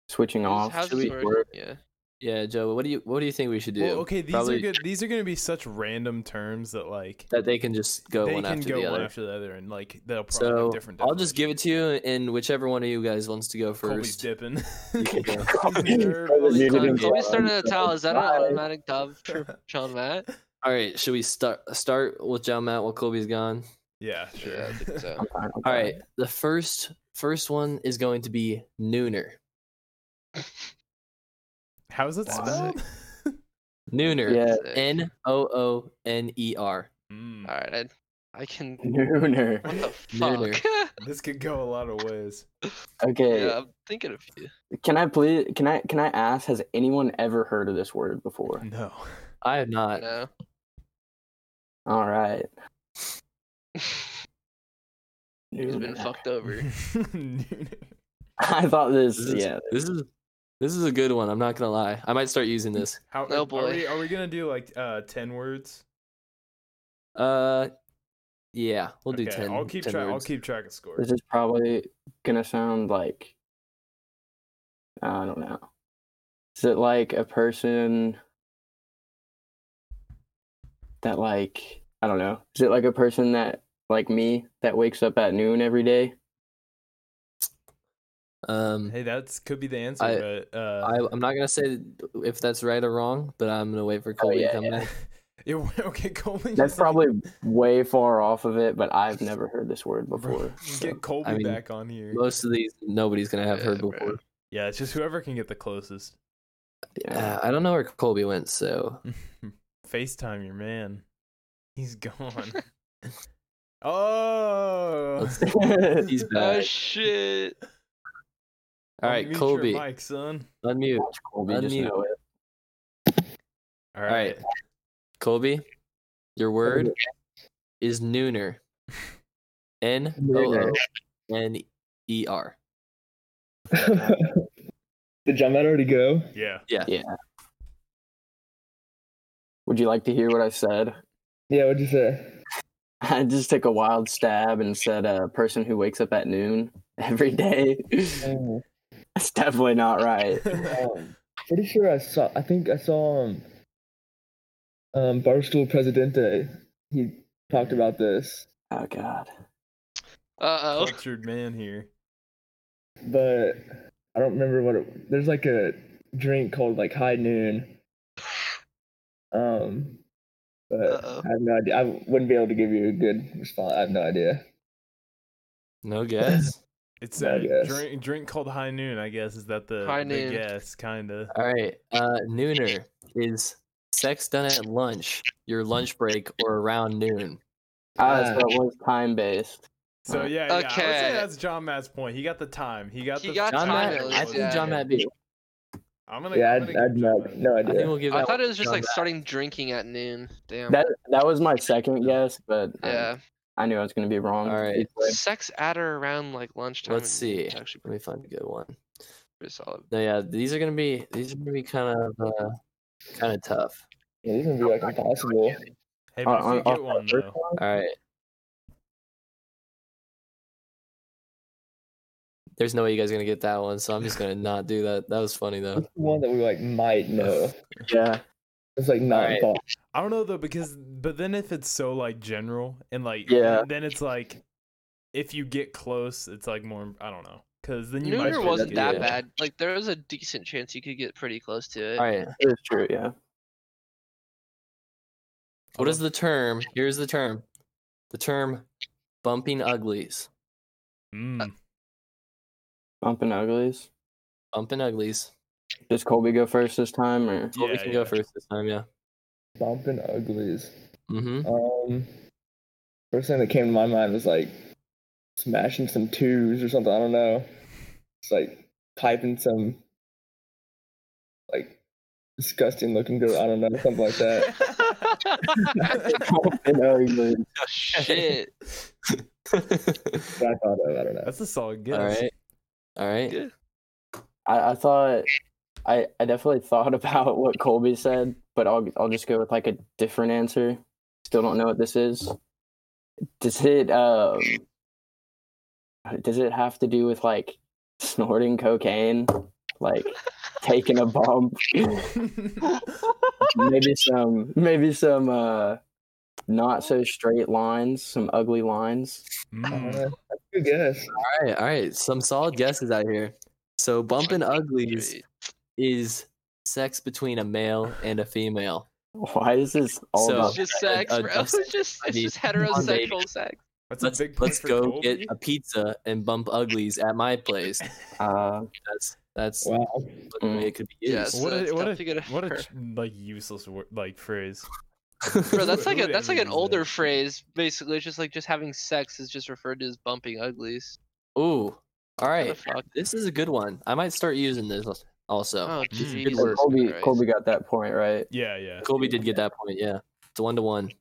[SPEAKER 4] switching off?
[SPEAKER 5] How's
[SPEAKER 4] Should
[SPEAKER 5] this
[SPEAKER 4] we
[SPEAKER 5] work?
[SPEAKER 4] work?
[SPEAKER 5] Yeah.
[SPEAKER 3] Yeah, Joe. What do you what do you think we should do?
[SPEAKER 1] Well, okay, these
[SPEAKER 3] Probably
[SPEAKER 1] are good. These are going to be such random terms that like
[SPEAKER 3] that they can just go
[SPEAKER 1] they
[SPEAKER 3] one
[SPEAKER 1] can
[SPEAKER 3] after
[SPEAKER 1] go
[SPEAKER 3] the
[SPEAKER 1] one
[SPEAKER 3] other.
[SPEAKER 1] after the other, and like they'll probably have
[SPEAKER 3] so
[SPEAKER 1] different.
[SPEAKER 3] I'll just give it to you, and whichever one of you guys wants to go
[SPEAKER 1] Colby's
[SPEAKER 3] first.
[SPEAKER 1] dipping.
[SPEAKER 3] can go.
[SPEAKER 1] Colby's nervous.
[SPEAKER 4] Colby's Dude,
[SPEAKER 5] Colby's done-
[SPEAKER 4] didn't
[SPEAKER 5] Colby's
[SPEAKER 4] get
[SPEAKER 5] starting
[SPEAKER 4] it.
[SPEAKER 5] at a towel. Is that an
[SPEAKER 4] Bye.
[SPEAKER 5] automatic dub for John Matt?
[SPEAKER 3] All right, should we start start with John Matt while Colby's gone?
[SPEAKER 1] Yeah, sure.
[SPEAKER 5] Yeah, I think so.
[SPEAKER 4] I'm fine, I'm
[SPEAKER 3] All
[SPEAKER 4] fine.
[SPEAKER 3] right, the first first one is going to be nooner.
[SPEAKER 1] How is it
[SPEAKER 5] That's
[SPEAKER 1] spelled?
[SPEAKER 3] Nooner.
[SPEAKER 4] Yeah.
[SPEAKER 3] N O O N E R.
[SPEAKER 1] Mm,
[SPEAKER 5] All right, I, I can.
[SPEAKER 4] Nooner.
[SPEAKER 5] What the
[SPEAKER 3] Neither.
[SPEAKER 5] fuck?
[SPEAKER 1] this could go a lot of ways.
[SPEAKER 4] Okay.
[SPEAKER 5] yeah, I'm thinking of you.
[SPEAKER 4] Can I please? Can I? Can I ask? Has anyone ever heard of this word before?
[SPEAKER 1] No.
[SPEAKER 3] I have not.
[SPEAKER 5] No.
[SPEAKER 4] All right.
[SPEAKER 5] He's been
[SPEAKER 4] Nooner.
[SPEAKER 5] fucked over.
[SPEAKER 4] I thought this.
[SPEAKER 3] This is,
[SPEAKER 4] yeah.
[SPEAKER 3] This is this is a good one. I'm not gonna lie. I might start using this.
[SPEAKER 1] How,
[SPEAKER 5] Oh,
[SPEAKER 1] Are
[SPEAKER 5] boy.
[SPEAKER 1] we, are we gonna do like uh ten words?
[SPEAKER 3] Uh, yeah, we'll do
[SPEAKER 1] Okay,
[SPEAKER 3] ten.
[SPEAKER 1] I'll keep
[SPEAKER 3] 10
[SPEAKER 1] track. I'll
[SPEAKER 3] words.
[SPEAKER 1] keep track of scores.
[SPEAKER 4] This is probably gonna sound like I don't know. Is it like a person that like I don't know. Is it like a person that like me that wakes up at noon every day? Hmm.
[SPEAKER 3] Um,
[SPEAKER 1] Hey, that's could be the answer,
[SPEAKER 3] I-
[SPEAKER 1] but uh,
[SPEAKER 3] I, I'm not gonna say if that's right or wrong, but I'm gonna wait for Colby
[SPEAKER 4] Oh, yeah,
[SPEAKER 3] to come
[SPEAKER 4] yeah.
[SPEAKER 3] back.
[SPEAKER 1] It, okay, Colby.
[SPEAKER 4] That's
[SPEAKER 1] just, like,
[SPEAKER 4] probably way far off of it, but I've never heard this word
[SPEAKER 1] bro,
[SPEAKER 4] before.
[SPEAKER 1] just
[SPEAKER 4] so-
[SPEAKER 1] Get Colby
[SPEAKER 3] mean,
[SPEAKER 1] back on here.
[SPEAKER 3] Most of these nobody's gonna have heard
[SPEAKER 5] Yeah, bro.
[SPEAKER 3] before.
[SPEAKER 1] Yeah, it's just whoever can get the closest.
[SPEAKER 4] yeah.
[SPEAKER 3] Uh, I don't know where Colby went, so
[SPEAKER 1] FaceTime your man. He's gone. oh.
[SPEAKER 3] Let's see. he's
[SPEAKER 5] Oh
[SPEAKER 3] back.
[SPEAKER 5] shit!
[SPEAKER 3] All right,
[SPEAKER 1] Unmute your
[SPEAKER 3] Colby,
[SPEAKER 1] mic, son.
[SPEAKER 3] unmute.
[SPEAKER 4] Colby just
[SPEAKER 3] unmute.
[SPEAKER 4] know it.
[SPEAKER 1] All
[SPEAKER 3] All right. Colby, your word is nooner. N O
[SPEAKER 4] Oh,
[SPEAKER 3] O N E R.
[SPEAKER 2] Did John Matt already go?
[SPEAKER 1] Yeah.
[SPEAKER 4] Would you like to hear what I said?
[SPEAKER 2] Yeah, what'd you say?
[SPEAKER 4] I just took a wild stab and said a person who wakes up at noon every day.
[SPEAKER 2] Um,
[SPEAKER 4] That's definitely not right.
[SPEAKER 2] um, pretty sure I saw I think I saw um um Barstool Presidente. He talked about this.
[SPEAKER 4] Oh god.
[SPEAKER 5] Uh oh.
[SPEAKER 1] Cultured man here.
[SPEAKER 2] But I don't remember what it there's like a drink called like high noon. Um but
[SPEAKER 5] Uh-oh.
[SPEAKER 2] I have no idea. I wouldn't be able to give you a good response. I have no idea.
[SPEAKER 3] No guess.
[SPEAKER 1] It's
[SPEAKER 2] Yeah, I
[SPEAKER 1] a
[SPEAKER 2] guess.
[SPEAKER 1] drink, drink called High Noon, I guess. Is that the,
[SPEAKER 5] High
[SPEAKER 1] the
[SPEAKER 5] Noon.
[SPEAKER 1] guess? Kind of.
[SPEAKER 3] All right. Uh, nooner is sex done at lunch, your lunch break, or around noon. Uh.
[SPEAKER 4] Ah,
[SPEAKER 2] Yeah.
[SPEAKER 4] so it was time based.
[SPEAKER 1] So,
[SPEAKER 4] Uh,
[SPEAKER 1] yeah, yeah. I would say
[SPEAKER 5] okay.
[SPEAKER 1] that's John Matt's point. He got the time. He got
[SPEAKER 5] He
[SPEAKER 1] the
[SPEAKER 5] got
[SPEAKER 3] John
[SPEAKER 5] time
[SPEAKER 3] Matt,
[SPEAKER 5] at
[SPEAKER 3] I
[SPEAKER 5] least,
[SPEAKER 3] think
[SPEAKER 5] yeah.
[SPEAKER 3] John Matt beat.
[SPEAKER 1] I'm going to
[SPEAKER 2] Yeah, I'd, I'd no, no
[SPEAKER 3] I think
[SPEAKER 2] idea.
[SPEAKER 3] we'll give
[SPEAKER 5] I
[SPEAKER 3] that.
[SPEAKER 5] thought it was just
[SPEAKER 3] John
[SPEAKER 5] like
[SPEAKER 3] Matt.
[SPEAKER 5] starting drinking at noon. Damn.
[SPEAKER 4] That that was my second guess, but
[SPEAKER 3] Um,
[SPEAKER 4] I-
[SPEAKER 5] yeah.
[SPEAKER 4] I, knew I was gonna be wrong.
[SPEAKER 3] All right.
[SPEAKER 5] Sex at or around like lunchtime.
[SPEAKER 3] Let's
[SPEAKER 5] and
[SPEAKER 3] see.
[SPEAKER 5] It's actually
[SPEAKER 3] Let me find a good one.
[SPEAKER 5] pretty solid.
[SPEAKER 3] No, yeah, these are gonna be these are gonna be kind of uh, kind of tough.
[SPEAKER 2] Yeah, these would be like impossible.
[SPEAKER 1] Hey,
[SPEAKER 4] Uh,
[SPEAKER 1] but if
[SPEAKER 4] on-
[SPEAKER 1] you
[SPEAKER 4] off
[SPEAKER 1] get one,
[SPEAKER 4] that first
[SPEAKER 1] though.
[SPEAKER 4] one?
[SPEAKER 3] All right. There's no way you guys are gonna get that one, so I'm just gonna not do that. That was funny though.
[SPEAKER 2] What's the one that we like might know?
[SPEAKER 4] Yeah.
[SPEAKER 2] It's like not
[SPEAKER 3] Alright.
[SPEAKER 2] thought.
[SPEAKER 1] I don't know though because but then if it's so like general and like
[SPEAKER 4] Yeah.
[SPEAKER 1] then it's like if you get close it's like more I don't know because then you might
[SPEAKER 5] Nooner
[SPEAKER 1] be
[SPEAKER 5] wasn't
[SPEAKER 1] lucky.
[SPEAKER 5] that
[SPEAKER 3] yeah.
[SPEAKER 5] bad. Like there was a decent chance you could get pretty close to it.
[SPEAKER 3] All right.
[SPEAKER 4] It is true, yeah.
[SPEAKER 3] What is the term? Here's the term. The term bumping uglies.
[SPEAKER 1] Mm.
[SPEAKER 4] Bumping uglies.
[SPEAKER 3] Bumping uglies.
[SPEAKER 4] Does Colby go first this time or
[SPEAKER 3] Colby
[SPEAKER 1] Yeah,
[SPEAKER 3] can
[SPEAKER 1] yeah.
[SPEAKER 3] go first this time, yeah.
[SPEAKER 2] Bumping uglies.
[SPEAKER 3] Mm-hmm.
[SPEAKER 2] Um, first thing that came to my mind was like smashing some twos or something. I don't know. It's like piping some like disgusting looking girl. I don't know something like that.
[SPEAKER 4] And ugly.
[SPEAKER 5] Shit.
[SPEAKER 2] But I thought of I don't know.
[SPEAKER 1] That's a solid guess.
[SPEAKER 3] All right. All right.
[SPEAKER 5] Yeah.
[SPEAKER 4] I, I thought I, I definitely thought about what Colby said, but I'll I'll just go with like a different answer. Still don't know what this is. Does it um does it have to do with like snorting cocaine? Like taking a bump? maybe some maybe some uh not so straight lines, some ugly lines.
[SPEAKER 2] I
[SPEAKER 3] Uh,
[SPEAKER 2] don't
[SPEAKER 1] Mm.
[SPEAKER 2] know. That's a good guess.
[SPEAKER 3] All right. All right. Some solid guesses out here. So bumping uglies is sex between a male and a female.
[SPEAKER 4] Why is this all
[SPEAKER 3] So-
[SPEAKER 5] It's
[SPEAKER 4] about
[SPEAKER 5] just sex,
[SPEAKER 3] uh,
[SPEAKER 5] bro.
[SPEAKER 3] just-
[SPEAKER 5] It's just
[SPEAKER 3] I
[SPEAKER 5] it's
[SPEAKER 3] mean,
[SPEAKER 5] just
[SPEAKER 3] on, baby.
[SPEAKER 5] heterosexual sex.
[SPEAKER 1] That's
[SPEAKER 3] Let's
[SPEAKER 1] a big point
[SPEAKER 3] let's
[SPEAKER 1] for
[SPEAKER 3] go
[SPEAKER 1] Colby.
[SPEAKER 3] get a pizza and bump uglies at my place.
[SPEAKER 4] uh
[SPEAKER 3] That's that's
[SPEAKER 2] Wow.
[SPEAKER 3] the way it could be used.
[SPEAKER 5] Yes.
[SPEAKER 1] what
[SPEAKER 5] That's
[SPEAKER 1] a, what
[SPEAKER 5] tough to get
[SPEAKER 1] a, what a
[SPEAKER 5] over.
[SPEAKER 1] ch- like useless word, like phrase.
[SPEAKER 5] Bro, that's
[SPEAKER 1] Who-
[SPEAKER 5] like
[SPEAKER 1] who
[SPEAKER 5] a
[SPEAKER 1] would
[SPEAKER 5] that's
[SPEAKER 1] ever
[SPEAKER 5] like an
[SPEAKER 1] use
[SPEAKER 5] older
[SPEAKER 1] that?
[SPEAKER 5] phrase. Basically, it's just like just having sex is just referred to as bumping uglies.
[SPEAKER 3] Ooh. All
[SPEAKER 5] What the
[SPEAKER 3] right.
[SPEAKER 5] fuck?
[SPEAKER 3] This is a good one. I might start using this also.
[SPEAKER 5] Oh
[SPEAKER 1] Mm.
[SPEAKER 5] Jesus
[SPEAKER 4] so Colby
[SPEAKER 5] Christ.
[SPEAKER 4] Colby got that point, right?
[SPEAKER 1] Yeah, yeah.
[SPEAKER 3] Colby did get that point. Yeah, it's one to one.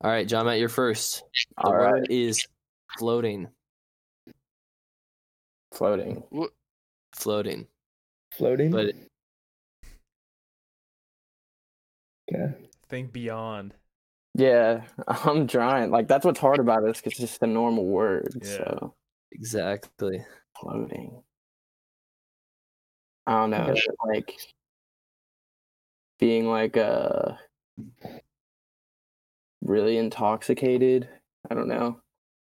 [SPEAKER 3] All right, John Matt, you're first. The
[SPEAKER 4] All
[SPEAKER 3] word
[SPEAKER 4] right,
[SPEAKER 3] is floating.
[SPEAKER 4] floating.
[SPEAKER 3] Floating.
[SPEAKER 2] Floating.
[SPEAKER 3] But
[SPEAKER 1] Mm.
[SPEAKER 2] yeah.
[SPEAKER 1] Think beyond.
[SPEAKER 4] Yeah, I'm trying. Like that's what's hard about it, because it's just a normal word.
[SPEAKER 1] Yeah.
[SPEAKER 4] So
[SPEAKER 3] exactly.
[SPEAKER 4] floating. I don't know.
[SPEAKER 2] Okay.
[SPEAKER 4] is it Like being like uh really intoxicated. I don't know.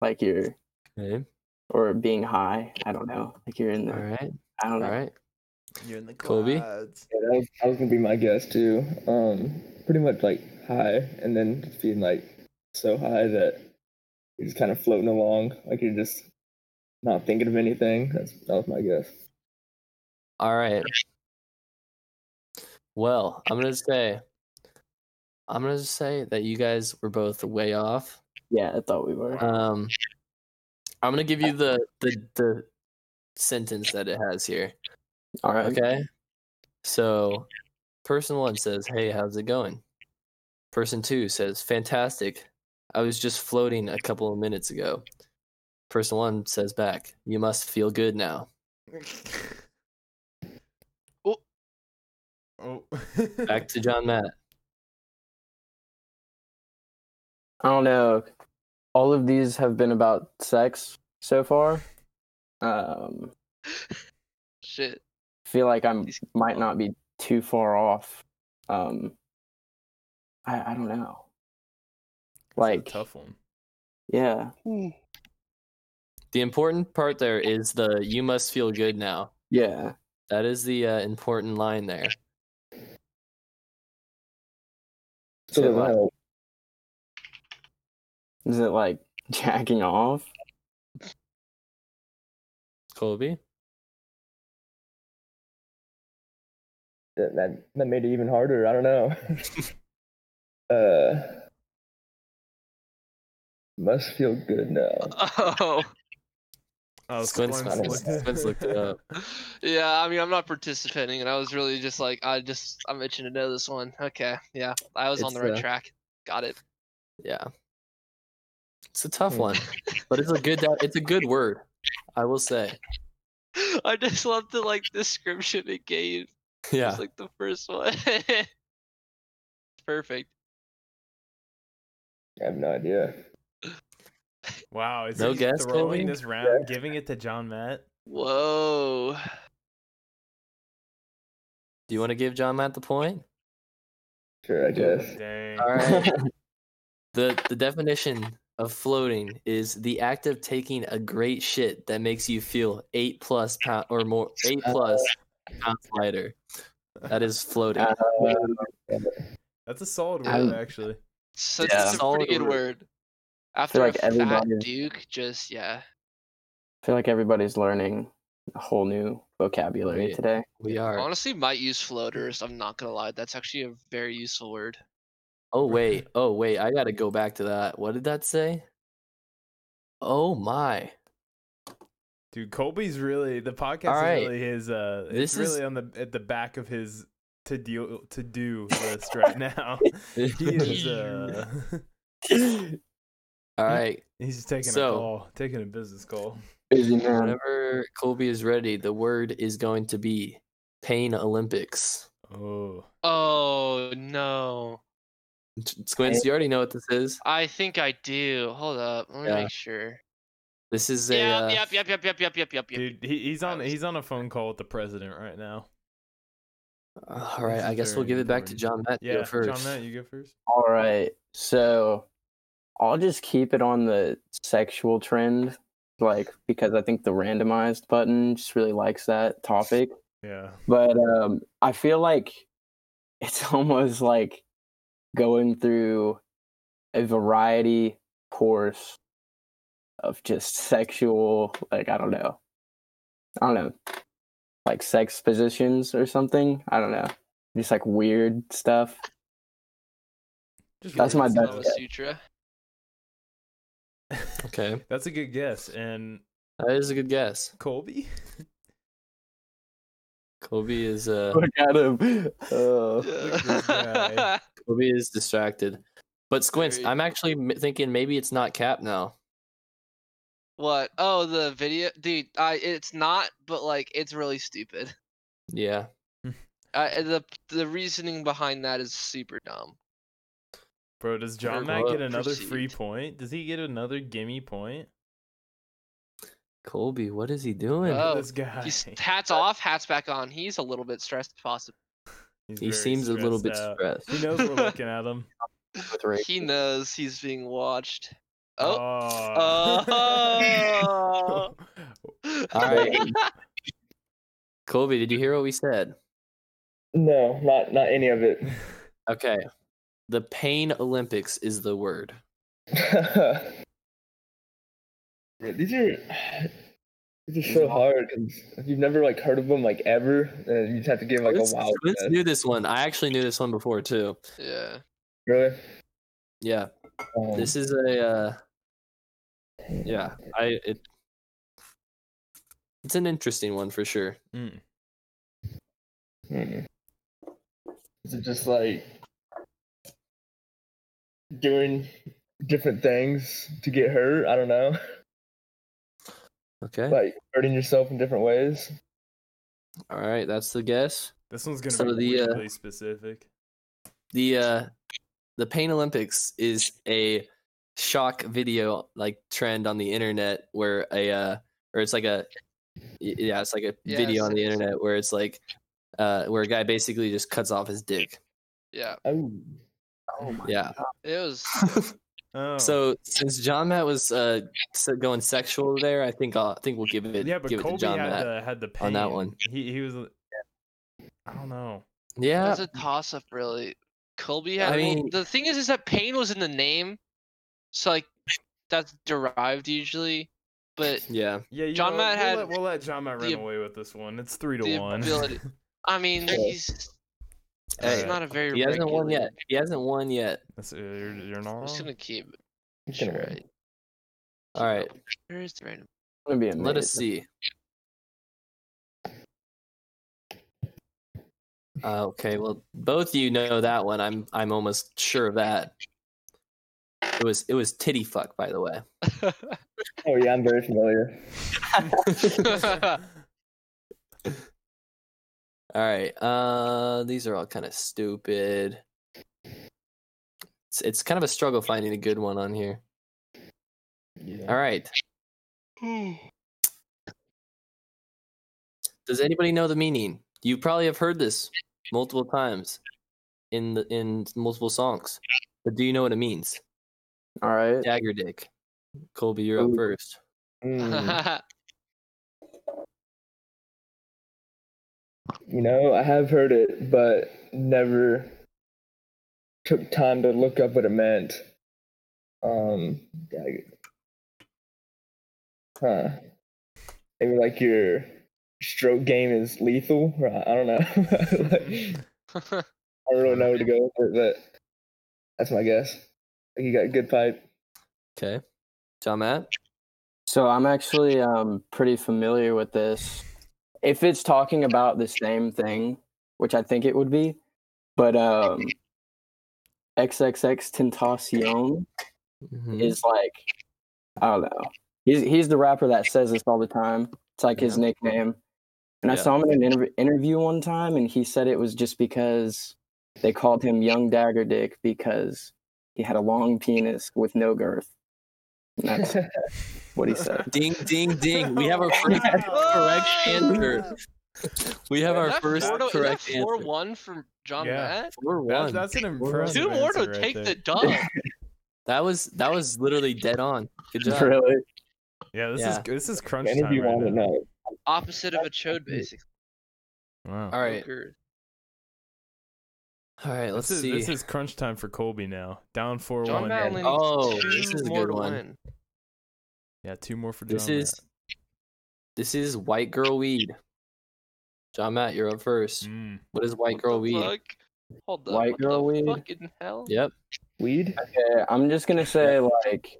[SPEAKER 4] Like you're
[SPEAKER 3] Okay.
[SPEAKER 4] or being high. I don't know. Like you're in the.
[SPEAKER 3] All right.
[SPEAKER 4] I
[SPEAKER 3] All
[SPEAKER 4] don't know.
[SPEAKER 3] right.
[SPEAKER 1] You're in the
[SPEAKER 3] Colby?
[SPEAKER 2] Yeah, that was, that was gonna be my guess too. Um, pretty much like high, and then just being like so high that you're just kind of floating along, like you're just not thinking of anything. That's that was my guess.
[SPEAKER 3] All right. Well, I'm gonna say, I'm gonna just say that you guys were both way off.
[SPEAKER 4] Yeah, I thought we were.
[SPEAKER 3] Um, I'm gonna give you the the the sentence that it has here.
[SPEAKER 4] All right.
[SPEAKER 3] Okay. So, person one says, Hey, how's it going? Person two says, Fantastic. I was just floating a couple of minutes ago. Person one says back, You must feel good now.
[SPEAKER 1] oh. Oh.
[SPEAKER 3] Back to John Matt.
[SPEAKER 4] I don't know. All of these have been about sex so far. Um,
[SPEAKER 5] Shit.
[SPEAKER 4] feel like I'm
[SPEAKER 5] These-
[SPEAKER 4] might not be too far off. Um, I I don't know. Like,
[SPEAKER 1] That's a tough one.
[SPEAKER 4] yeah,
[SPEAKER 3] The important part there is the you must feel good now.
[SPEAKER 4] yeah.
[SPEAKER 3] That is the uh, important line there.
[SPEAKER 2] So
[SPEAKER 3] Say
[SPEAKER 2] doesn't
[SPEAKER 3] what?
[SPEAKER 2] help.
[SPEAKER 4] Is it like jacking off?
[SPEAKER 3] Colby?
[SPEAKER 2] That, that that made it even harder. I don't know. uh, must feel good now.
[SPEAKER 5] Oh.
[SPEAKER 1] Oh,
[SPEAKER 3] Squints,
[SPEAKER 2] Squints
[SPEAKER 1] looked-
[SPEAKER 3] Squints looked it up.
[SPEAKER 5] Yeah, I mean, I'm not participating, and I was really just like, I just, I'm itching to know this one. Okay, yeah, I was on
[SPEAKER 3] It's,
[SPEAKER 5] the right
[SPEAKER 3] uh,
[SPEAKER 5] track. Got it.
[SPEAKER 3] Yeah. It's a tough
[SPEAKER 2] Hmm.
[SPEAKER 3] one, but it's a good it's a good word. I will say.
[SPEAKER 5] I just love the like description it gave.
[SPEAKER 3] Yeah.
[SPEAKER 5] Just like the first one. Perfect.
[SPEAKER 2] I have no idea.
[SPEAKER 1] Wow, is
[SPEAKER 3] No
[SPEAKER 1] he
[SPEAKER 3] guess,
[SPEAKER 1] throwing
[SPEAKER 3] Colby?
[SPEAKER 1] this round, giving it to John Matt?
[SPEAKER 5] Whoa.
[SPEAKER 3] Do you want to give John Matt the point?
[SPEAKER 2] Sure, I guess.
[SPEAKER 1] Dang.
[SPEAKER 3] All right. the The definition of floating is the act of taking a great shit that makes you feel eight plus pound or more eight plus pounds lighter. That is floating.
[SPEAKER 4] Uh,
[SPEAKER 1] That's a solid word,
[SPEAKER 4] I'm-
[SPEAKER 1] actually.
[SPEAKER 5] So
[SPEAKER 4] Yeah.
[SPEAKER 5] that's a pretty
[SPEAKER 3] Solid
[SPEAKER 5] good
[SPEAKER 3] word.
[SPEAKER 5] word. After
[SPEAKER 4] like
[SPEAKER 5] a fat
[SPEAKER 4] everybody-
[SPEAKER 5] Duke, just yeah.
[SPEAKER 4] I feel like everybody's learning a whole new vocabulary
[SPEAKER 3] Yeah.
[SPEAKER 4] today.
[SPEAKER 3] We are
[SPEAKER 5] Honestly, might use floaters. I'm not gonna lie. That's actually a very useful word.
[SPEAKER 3] Oh
[SPEAKER 1] uh,
[SPEAKER 3] wait, oh wait, I gotta go back to that. What did that say? Oh my.
[SPEAKER 1] Dude, Colby's really the podcast
[SPEAKER 3] All right.
[SPEAKER 1] is really his uh it's
[SPEAKER 3] This is-
[SPEAKER 1] really on the at the back of his to deal to do list right now. he is uh
[SPEAKER 3] All right.
[SPEAKER 1] he's taking a
[SPEAKER 3] So-
[SPEAKER 1] call, taking a business call.
[SPEAKER 4] Busy
[SPEAKER 1] Um,
[SPEAKER 4] man.
[SPEAKER 3] Whenever Colby is ready, the word is going to be Pain Olympics.
[SPEAKER 1] Oh.
[SPEAKER 5] Oh no.
[SPEAKER 3] Squints, you already know what this is.
[SPEAKER 5] I think I do. Hold up. Let me
[SPEAKER 3] Yeah.
[SPEAKER 5] make sure.
[SPEAKER 3] This is a
[SPEAKER 5] Yep,
[SPEAKER 3] uh,
[SPEAKER 5] yep, yep, yep, yep, yep, yep, yep, yep.
[SPEAKER 1] Dude, he, he's on
[SPEAKER 5] That was-
[SPEAKER 1] he's on a phone call with the president right now.
[SPEAKER 3] All right,
[SPEAKER 1] This
[SPEAKER 3] I
[SPEAKER 1] is
[SPEAKER 3] guess we'll
[SPEAKER 1] very
[SPEAKER 3] give it back to John Matt to go
[SPEAKER 1] Yeah,
[SPEAKER 3] first.
[SPEAKER 1] John Matt, you go first.
[SPEAKER 4] All right. So I'll just keep it on the sexual trend, like because I think the randomized button just really likes that topic.
[SPEAKER 1] Yeah.
[SPEAKER 4] But um I feel like it's almost like going through a variety course of just sexual like I don't know. I don't know. Like sex positions or something. I don't know. Just like weird stuff.
[SPEAKER 1] Just
[SPEAKER 4] That's my
[SPEAKER 1] words.
[SPEAKER 4] best
[SPEAKER 5] Kama Oh, Sutra.
[SPEAKER 3] Okay,
[SPEAKER 1] That's a good guess. And
[SPEAKER 3] that is a good guess.
[SPEAKER 1] Colby?
[SPEAKER 3] Colby is uh,
[SPEAKER 4] Look at him. Uh,
[SPEAKER 1] Look at this guy.
[SPEAKER 3] Colby is distracted. But Squints,
[SPEAKER 5] Very-
[SPEAKER 3] I'm actually m- thinking maybe it's not Cap now.
[SPEAKER 5] what? Oh, the video, dude. I it's not, but like it's really stupid.
[SPEAKER 3] Yeah.
[SPEAKER 5] I, the the reasoning behind that is super dumb.
[SPEAKER 1] Bro, does John
[SPEAKER 5] Very
[SPEAKER 1] Matt
[SPEAKER 5] well
[SPEAKER 1] get another free
[SPEAKER 5] perceived.
[SPEAKER 1] point? Does he get another gimme point?
[SPEAKER 3] Colby, what is he doing?
[SPEAKER 1] Look at
[SPEAKER 5] Oh,
[SPEAKER 1] this guy.
[SPEAKER 5] He's hats off, hats back on. He's a little bit stressed, possibly.
[SPEAKER 1] He's
[SPEAKER 3] he
[SPEAKER 1] very
[SPEAKER 3] seems a little bit
[SPEAKER 1] stressed out.
[SPEAKER 3] stressed.
[SPEAKER 1] He knows we're looking at him.
[SPEAKER 4] with Ray.
[SPEAKER 5] He knows he's being watched. Oh.
[SPEAKER 1] Oh.
[SPEAKER 5] Oh.
[SPEAKER 3] right. Colby, did you hear what we said?
[SPEAKER 2] No, not not any of it.
[SPEAKER 3] Okay. The Pain Olympics is the word.
[SPEAKER 2] Yeah, these are these are so hard 'cause if you've never like heard of them like ever, then you just have to give like a
[SPEAKER 3] Squints-
[SPEAKER 2] wild
[SPEAKER 3] Squints
[SPEAKER 2] guess.
[SPEAKER 3] knew this one. I actually knew this one before too.
[SPEAKER 5] yeah.
[SPEAKER 2] Really?
[SPEAKER 3] Yeah.
[SPEAKER 2] Um,
[SPEAKER 3] This is a uh, yeah. I it, it's an interesting one for sure.
[SPEAKER 1] Mm.
[SPEAKER 2] hmm. Is it just like doing different things to get hurt? I don't know.
[SPEAKER 3] Okay.
[SPEAKER 2] Like hurting yourself in different ways.
[SPEAKER 3] All right, that's the guess.
[SPEAKER 1] This one's gonna
[SPEAKER 3] So
[SPEAKER 1] be
[SPEAKER 3] the, uh,
[SPEAKER 1] really specific.
[SPEAKER 3] The uh the Pain Olympics is a shock video like trend on the internet where a uh or it's like a y- yeah, it's like a
[SPEAKER 5] Yeah,
[SPEAKER 3] video on the
[SPEAKER 5] same-
[SPEAKER 3] internet where it's like uh where a guy basically just cuts off his dick.
[SPEAKER 5] Yeah.
[SPEAKER 2] Oh,
[SPEAKER 3] Yeah.
[SPEAKER 5] It was.
[SPEAKER 1] Oh.
[SPEAKER 3] So since John Matt was uh s- going sexual there, I think I'll, I think we'll give it
[SPEAKER 1] yeah, but
[SPEAKER 3] give it to
[SPEAKER 1] Colby
[SPEAKER 3] John
[SPEAKER 1] had
[SPEAKER 3] Matt.
[SPEAKER 1] the had the pain
[SPEAKER 3] on that one.
[SPEAKER 1] He he was. I don't know.
[SPEAKER 5] It
[SPEAKER 3] Yeah,
[SPEAKER 5] was a toss up, really. Colby had.
[SPEAKER 3] I
[SPEAKER 5] well,
[SPEAKER 3] mean-
[SPEAKER 5] the thing is, is that pain was in the name, so like that's derived usually, but
[SPEAKER 3] yeah.
[SPEAKER 1] Yeah, you
[SPEAKER 5] John
[SPEAKER 1] know,
[SPEAKER 5] Matt
[SPEAKER 1] we'll
[SPEAKER 5] had
[SPEAKER 1] Let, we'll let John Matt
[SPEAKER 5] the
[SPEAKER 1] run
[SPEAKER 5] ab-
[SPEAKER 1] away with this one. It's three
[SPEAKER 5] the
[SPEAKER 1] to one.
[SPEAKER 5] ability- I mean,
[SPEAKER 2] Okay.
[SPEAKER 5] he's
[SPEAKER 3] Hey,
[SPEAKER 5] he's not a very.
[SPEAKER 3] He hasn't won
[SPEAKER 5] regular-
[SPEAKER 3] yet. He hasn't won yet.
[SPEAKER 1] That's- uh, you're, you're not.
[SPEAKER 5] I'm just
[SPEAKER 1] wrong.
[SPEAKER 5] gonna keep.
[SPEAKER 2] He's
[SPEAKER 5] Sure.
[SPEAKER 2] gonna win.
[SPEAKER 3] All right,
[SPEAKER 5] Sure, it's random.
[SPEAKER 4] Gonna be
[SPEAKER 3] let us
[SPEAKER 4] amazing.
[SPEAKER 3] see. Uh, okay, well, both of you know that one. I'm I'm almost sure of that. It was it was titty fuck, by the way.
[SPEAKER 2] Oh yeah, I'm very familiar.
[SPEAKER 3] All right. Uh, these are all kind of stupid. It's, it's kind of a struggle finding a good one on here. All right. Does anybody know the meaning? You probably have heard this multiple times in the in multiple songs. But do you know what it means?
[SPEAKER 4] All right.
[SPEAKER 3] Dagger dick. Colby, you're up
[SPEAKER 4] Ooh.
[SPEAKER 3] first. Hmm.
[SPEAKER 2] Mm, you know, I have heard it, but never took time to look up what it meant. Um, dag- huh? Maybe like your stroke game is lethal. or I I don't know. Like, I don't really know where to go with it, That's my guess. Like, he got a good pipe.
[SPEAKER 3] Okay. John Matt?
[SPEAKER 4] So I'm actually um, pretty familiar with this. If it's talking about the same thing, which I think it would be, but um, XXX Tentacion
[SPEAKER 3] Mm-hmm.
[SPEAKER 4] is like, I don't know. He's he's the rapper that says this all the time. It's like his nickname. And I
[SPEAKER 3] Yeah.
[SPEAKER 4] saw him in an interv- interview one time, and he said it was just because they called him Young Dagger Dick because he had a long penis with no girth. And that's what he said.
[SPEAKER 3] Ding, ding, ding. We have our first
[SPEAKER 5] Oh!
[SPEAKER 3] correct answer. We have our
[SPEAKER 5] Is that
[SPEAKER 3] first
[SPEAKER 5] four to- is that
[SPEAKER 3] correct
[SPEAKER 5] Four
[SPEAKER 3] answer.
[SPEAKER 5] one for John
[SPEAKER 1] Yeah.
[SPEAKER 5] Matt.
[SPEAKER 3] Four
[SPEAKER 1] That's,
[SPEAKER 3] one.
[SPEAKER 1] that's an impressive.
[SPEAKER 5] Two more to
[SPEAKER 1] answer right
[SPEAKER 5] take
[SPEAKER 1] there.
[SPEAKER 5] the dub.
[SPEAKER 3] That was that was literally dead on. Good job.
[SPEAKER 4] Really?
[SPEAKER 1] Yeah, this is
[SPEAKER 3] Yeah.
[SPEAKER 1] this is crunch
[SPEAKER 2] Any of
[SPEAKER 1] time
[SPEAKER 2] you want
[SPEAKER 1] right
[SPEAKER 2] it
[SPEAKER 1] now.
[SPEAKER 2] now?
[SPEAKER 5] Opposite of a chode, basically.
[SPEAKER 1] Wow.
[SPEAKER 3] All right.
[SPEAKER 5] Poker.
[SPEAKER 3] All right, let's
[SPEAKER 1] this is,
[SPEAKER 3] see.
[SPEAKER 1] This is crunch time for Colby now. Down four
[SPEAKER 5] John
[SPEAKER 1] one.
[SPEAKER 5] Matt only needs
[SPEAKER 3] Oh,
[SPEAKER 5] two
[SPEAKER 3] this is a
[SPEAKER 5] more
[SPEAKER 3] good
[SPEAKER 5] to
[SPEAKER 3] one.
[SPEAKER 5] win.
[SPEAKER 1] Yeah, two more for John.
[SPEAKER 3] This is this is white girl weed. John Matt, you're up first.
[SPEAKER 1] Matt. Mm.
[SPEAKER 3] What is white
[SPEAKER 5] What
[SPEAKER 3] girl
[SPEAKER 5] the
[SPEAKER 3] weed?
[SPEAKER 5] fuck? Hold up.
[SPEAKER 4] White
[SPEAKER 5] what the
[SPEAKER 4] girl weed.
[SPEAKER 5] Fucking hell.
[SPEAKER 3] Yep.
[SPEAKER 2] Weed?
[SPEAKER 4] Okay, I'm just gonna say like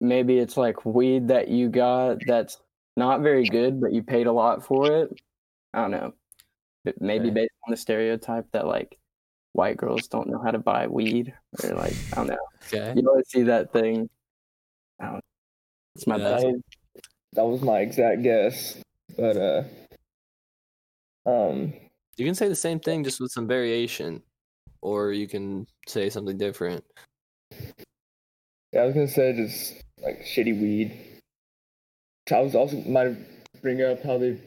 [SPEAKER 4] maybe it's like weed that you got that's not very good, but you paid a lot for it. I don't know. But Maybe
[SPEAKER 3] Okay.
[SPEAKER 4] based on the stereotype that like white girls don't know how to buy weed or like I don't know.
[SPEAKER 3] Okay.
[SPEAKER 4] You always see that thing. I don't. It's my
[SPEAKER 3] Yeah.
[SPEAKER 4] best.
[SPEAKER 2] That was, that was my exact guess. But, uh, um,
[SPEAKER 3] You can say the same thing just with some variation, or you can say something different.
[SPEAKER 2] yeah, I was gonna say just like shitty weed. I was also might bring up how they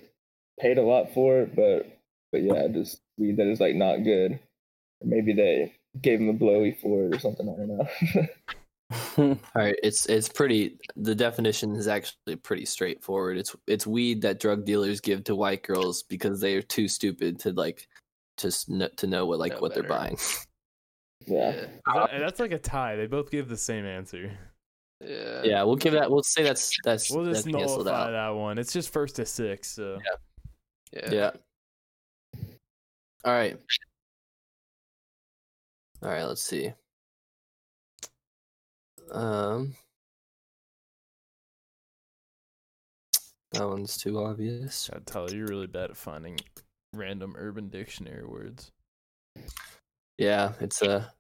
[SPEAKER 2] paid a lot for it, but but yeah, just weed that is like not good. Or maybe they gave him a blowy for it or something. I don't know.
[SPEAKER 3] All right, it's it's pretty. The definition is actually pretty straightforward. It's it's weed that drug dealers give to white girls because they are too stupid to like just kn- to know what like
[SPEAKER 5] Know
[SPEAKER 3] what they're
[SPEAKER 5] better.
[SPEAKER 3] buying.
[SPEAKER 2] yeah,
[SPEAKER 5] Yeah.
[SPEAKER 3] Ah.
[SPEAKER 1] That- eh, that's like a tie. They both give the same answer.
[SPEAKER 5] Yeah.
[SPEAKER 3] Yeah, we'll give that. We'll say that's that's
[SPEAKER 1] We'll just
[SPEAKER 3] that's canceled
[SPEAKER 1] nullify
[SPEAKER 3] out.
[SPEAKER 1] that one. It's just first to six. So
[SPEAKER 5] Yeah.
[SPEAKER 3] Yeah. All right. All right, let's see. Um That one's too obvious.
[SPEAKER 1] God, Tyler, you're really bad at finding random Urban Dictionary words.
[SPEAKER 3] Yeah, it's a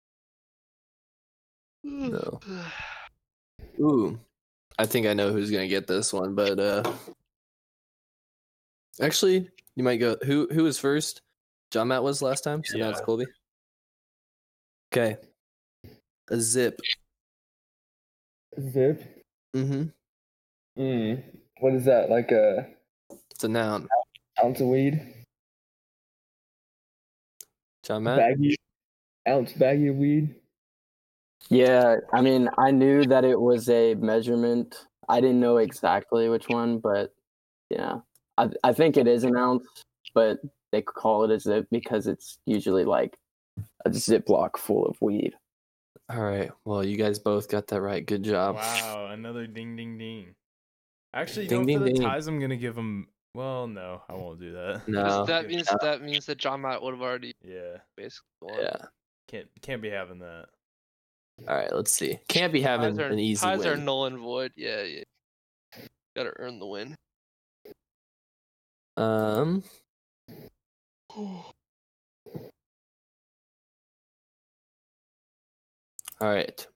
[SPEAKER 3] No. Ooh. I think I know who's going to get this one, but uh Actually, you might go who who was first? John Matt was last time, so now it's
[SPEAKER 1] Yeah.
[SPEAKER 3] Colby. Okay. A zip.
[SPEAKER 2] zip.
[SPEAKER 3] Mhm.
[SPEAKER 2] Mm. What is that? Like a
[SPEAKER 3] It's a noun.
[SPEAKER 2] ounce of weed?
[SPEAKER 3] John Matt.
[SPEAKER 2] Baggy. Ounce baggy of weed.
[SPEAKER 4] Yeah, I mean, I knew that it was a measurement. I didn't know exactly which one, but yeah, I I think it is an ounce, but they call it a zip because it's usually like a ziploc full of weed.
[SPEAKER 3] All right. Well, you guys both got that right. Good job.
[SPEAKER 1] Wow, another ding ding ding. Actually, you
[SPEAKER 3] Ding,
[SPEAKER 1] know,
[SPEAKER 3] ding,
[SPEAKER 1] for the
[SPEAKER 3] ding.
[SPEAKER 1] ties, I'm gonna give them. Well, no, I won't do that.
[SPEAKER 3] No.
[SPEAKER 5] That means that means that John Matt would have already
[SPEAKER 1] Yeah,
[SPEAKER 5] basically won.
[SPEAKER 3] Yeah.
[SPEAKER 1] can't can't be having that.
[SPEAKER 3] All right. Let's see. Can't be
[SPEAKER 5] Ties
[SPEAKER 3] having
[SPEAKER 5] are,
[SPEAKER 3] an easy
[SPEAKER 5] ties are
[SPEAKER 3] win.
[SPEAKER 5] null and void. Yeah, yeah. Gotta earn the win.
[SPEAKER 3] um. All right.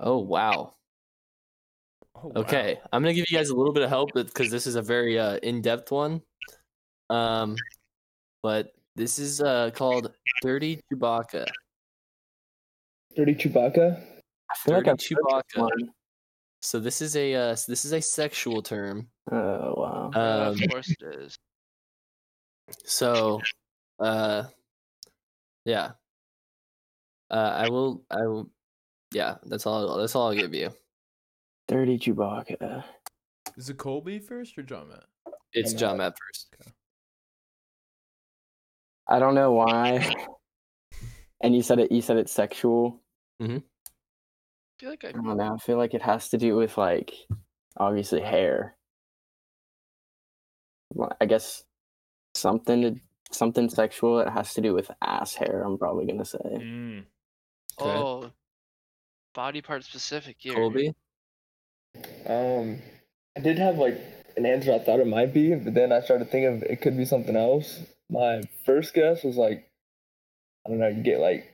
[SPEAKER 3] Oh wow.
[SPEAKER 1] Oh, wow.
[SPEAKER 3] Okay. I'm gonna give you guys a little bit of help because this is a very uh, in-depth one. Um, but this is uh called Dirty Chewbacca.
[SPEAKER 2] Dirty Chewbacca.
[SPEAKER 4] I feel like
[SPEAKER 3] Dirty
[SPEAKER 4] I've heard this
[SPEAKER 3] Chewbacca.
[SPEAKER 4] one.
[SPEAKER 3] So this is a uh, this is a sexual term.
[SPEAKER 4] Oh wow!
[SPEAKER 5] Uh,
[SPEAKER 3] Um,
[SPEAKER 5] of course it is.
[SPEAKER 3] So, uh, yeah. Uh, I will. I will. Yeah, that's all. That's all I'll give you.
[SPEAKER 4] Dirty Chewbacca.
[SPEAKER 1] Is it Colby first or John Matt?
[SPEAKER 3] It's
[SPEAKER 2] Yeah.
[SPEAKER 3] John Matt first.
[SPEAKER 4] I don't know why. And you said it. You said it's sexual.
[SPEAKER 5] I feel like I
[SPEAKER 4] I don't know. I feel like it has to do with like obviously hair. Well, I guess something to something sexual. It has to do with ass hair. I'm probably gonna say.
[SPEAKER 1] Mm.
[SPEAKER 5] Oh, body part specific here.
[SPEAKER 3] Colby.
[SPEAKER 2] Um, I did have like an answer I thought it might be, but then I started thinking of it could be something else. My first guess was like, I don't know, you get like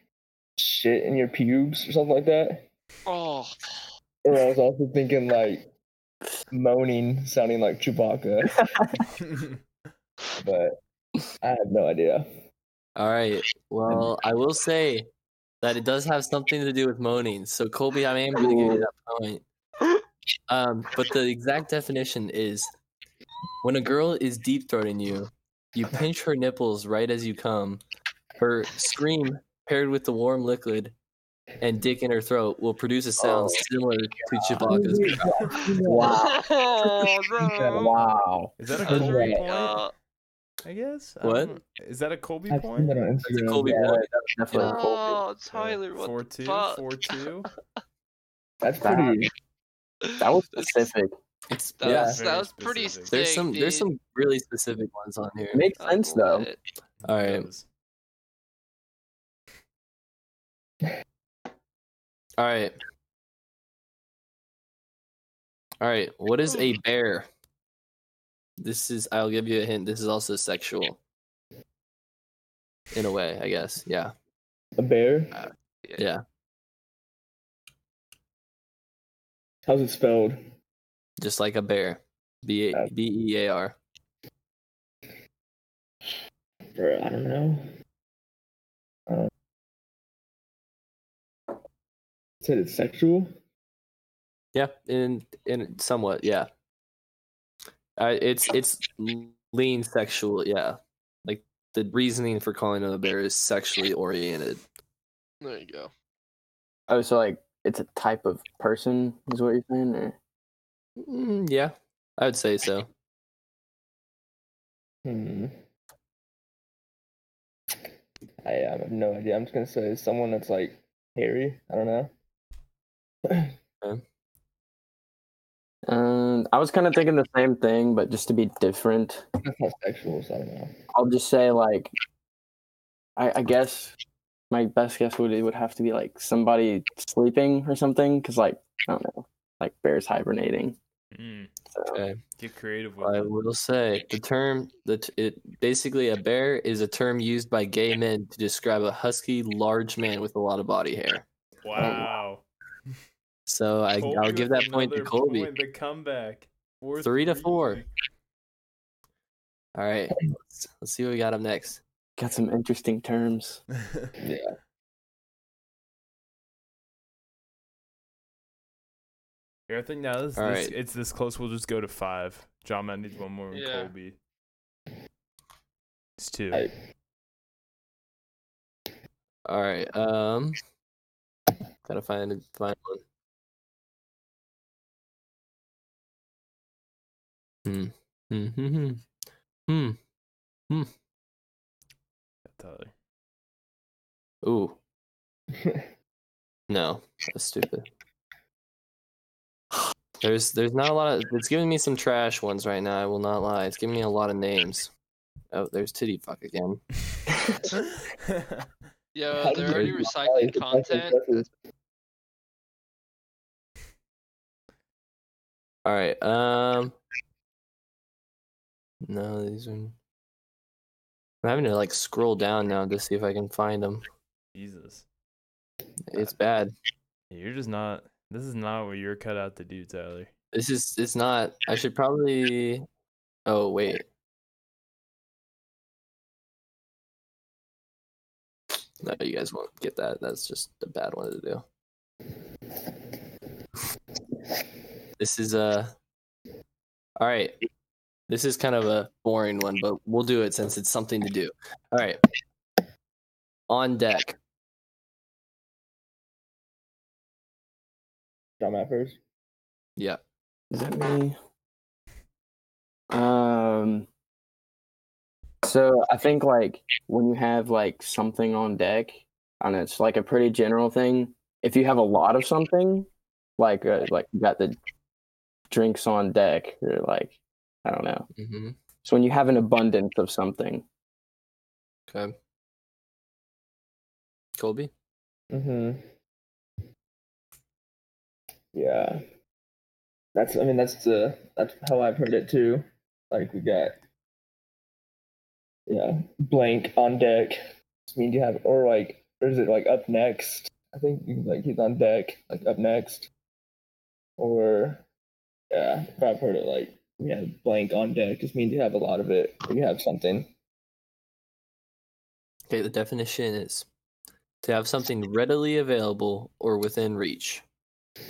[SPEAKER 2] shit in your pubes or something like that.
[SPEAKER 5] Oh,
[SPEAKER 2] Or I was also thinking like moaning, sounding like Chewbacca, but I have no idea.
[SPEAKER 3] All right. Well, I will say that it does have something to do with moaning. So Colby, I am going to give you that point. Um, but the exact definition is when a girl is deep throating you, you pinch her nipples right as you come. Her scream paired with the warm liquid and dick in her throat will produce a sound similar to Chewbacca's. growl.
[SPEAKER 4] Wow.
[SPEAKER 5] oh no.
[SPEAKER 4] Wow.
[SPEAKER 1] Is that a
[SPEAKER 5] Oh
[SPEAKER 1] Colby
[SPEAKER 5] my
[SPEAKER 1] point?
[SPEAKER 5] God.
[SPEAKER 1] I guess. I
[SPEAKER 3] What?
[SPEAKER 1] don't- Is that a Colby
[SPEAKER 2] I've seen
[SPEAKER 1] point?
[SPEAKER 2] that on
[SPEAKER 3] That's a
[SPEAKER 2] Instagram.
[SPEAKER 3] Colby
[SPEAKER 2] yeah.
[SPEAKER 3] point.
[SPEAKER 4] Definitely
[SPEAKER 3] Yeah.
[SPEAKER 4] Colby.
[SPEAKER 5] Oh, Tyler, what
[SPEAKER 1] four
[SPEAKER 5] the
[SPEAKER 1] two,
[SPEAKER 5] fuck?
[SPEAKER 1] four two.
[SPEAKER 2] That's pretty.
[SPEAKER 4] That was
[SPEAKER 5] That's-
[SPEAKER 4] specific.
[SPEAKER 3] It's-
[SPEAKER 5] That
[SPEAKER 3] yeah.
[SPEAKER 5] was, that
[SPEAKER 1] Very
[SPEAKER 5] was pretty
[SPEAKER 1] specific.
[SPEAKER 5] sick.
[SPEAKER 1] There's
[SPEAKER 3] There's some
[SPEAKER 5] dude.
[SPEAKER 3] there's some really specific ones on here.
[SPEAKER 4] It makes
[SPEAKER 5] That's
[SPEAKER 4] sense though.
[SPEAKER 5] lit.
[SPEAKER 3] All right.
[SPEAKER 1] Does.
[SPEAKER 3] All right. All right. What is a bear? This is, I'll give you a hint. This is also sexual. In a way, I guess. Yeah.
[SPEAKER 2] A bear?
[SPEAKER 3] Yeah.
[SPEAKER 2] How's it spelled?
[SPEAKER 3] Just like a bear. B A B E A R.
[SPEAKER 2] Or I don't know. Uh, said it's sexual.
[SPEAKER 3] Yeah. In, in somewhat. Yeah. Uh, it's, it's lean sexual. Yeah. Like the reasoning for calling it a bear is sexually oriented.
[SPEAKER 5] There you go.
[SPEAKER 4] Oh, so like it's a type of person is what you're saying? Or
[SPEAKER 3] Mm, yeah. I would say so.
[SPEAKER 2] Hmm. I, I have no idea. I'm just gonna say someone that's like hairy. I don't know.
[SPEAKER 4] um, I was kind of thinking the same thing, but just to be different,
[SPEAKER 2] That's not sexual, so I don't know.
[SPEAKER 4] I'll just say like, I, I guess my best guess would it would have to be like somebody sleeping or something, because like I don't know, like bears hibernating.
[SPEAKER 1] Mm.
[SPEAKER 4] So
[SPEAKER 3] Okay.
[SPEAKER 1] Get creative with
[SPEAKER 3] I
[SPEAKER 1] it.
[SPEAKER 3] will say the term that it basically a bear is a term used by gay men to describe a husky, large man with a lot of body hair.
[SPEAKER 1] Wow.
[SPEAKER 3] So I,
[SPEAKER 1] Colby
[SPEAKER 3] I'll give
[SPEAKER 1] with
[SPEAKER 3] that point to
[SPEAKER 1] another
[SPEAKER 3] Colby.
[SPEAKER 1] point, the comeback. Four,
[SPEAKER 3] Three to four. All right, let's, let's see what we got up next.
[SPEAKER 4] got some interesting terms.
[SPEAKER 2] Yeah.
[SPEAKER 1] Here, I think now this,
[SPEAKER 3] All
[SPEAKER 1] this-
[SPEAKER 3] right.
[SPEAKER 1] it's this close. We'll just go to five. John Matt needs one more. than
[SPEAKER 5] Yeah.
[SPEAKER 1] Colby. It's two.
[SPEAKER 2] I-
[SPEAKER 3] All right, um, gotta find a find one. Hmm. Hmm. Hmm. hmm. Hmm.
[SPEAKER 1] Tyler.
[SPEAKER 3] Ooh. no, that's stupid. There's there's not a lot of it's giving me some trash ones right now, I will not lie. It's giving me a lot of names. Oh, there's titty fuck again.
[SPEAKER 5] Yeah,
[SPEAKER 2] How
[SPEAKER 5] Uh, they're
[SPEAKER 2] did
[SPEAKER 5] already
[SPEAKER 2] you-
[SPEAKER 5] recycling content.
[SPEAKER 3] Alright, um No, these are I'm having to like scroll down now to see if I can find them.
[SPEAKER 1] Jesus.
[SPEAKER 3] It's bad.
[SPEAKER 1] You're just not. This is not what you're cut out to do, Tyler.
[SPEAKER 3] This is it's not I should probably Oh wait. No, you guys won't get that. That's just a bad one to do. This is uh all right. This is kind of a boring one, but we'll do it since it's something to do. All right. On deck.
[SPEAKER 2] John Matt first.
[SPEAKER 3] Yeah.
[SPEAKER 4] Is that me? Um. So I think like when you have like something on deck, and it's like a pretty general thing. If you have a lot of something, like uh, like you got the drinks on deck, or like I don't know.
[SPEAKER 3] Mm-hmm.
[SPEAKER 4] It's when you have an abundance of something.
[SPEAKER 3] Okay. Colby?
[SPEAKER 2] Mm-hmm. Yeah. That's I mean that's the that's how I've heard it too. Like we got Yeah. Blank on deck. I mean you have or like or is it like up next? I think you- like he's on deck, like up next. Or yeah, if I've heard it like we have blank on deck, just means you have a lot of it. or You have something.
[SPEAKER 3] Okay, the definition is to have something readily available or within reach.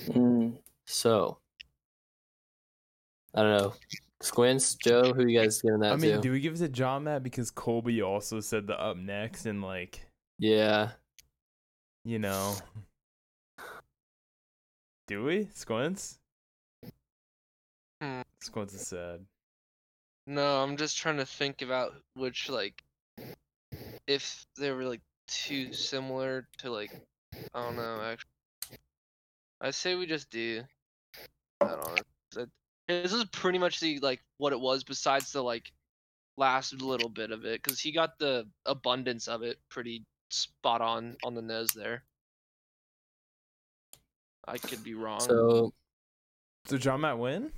[SPEAKER 4] Mm.
[SPEAKER 3] So, I don't know. Squints, Joe, who you guys giving that
[SPEAKER 1] I mean,
[SPEAKER 3] to?
[SPEAKER 1] do we give it to John Matt because Colby also said the up next and like
[SPEAKER 3] yeah.
[SPEAKER 1] you know? Do we Squints?
[SPEAKER 5] Hmm.
[SPEAKER 1] Squints is sad.
[SPEAKER 5] No, I'm just trying to think about which like if they were like too similar to like I don't know actually. I say we just do. I don't know. That- This is pretty much the like what it was besides the like last little bit of it because he got the abundance of it pretty spot on on the nose there. I could be wrong.
[SPEAKER 1] Um,
[SPEAKER 3] So,
[SPEAKER 1] So John Matt win?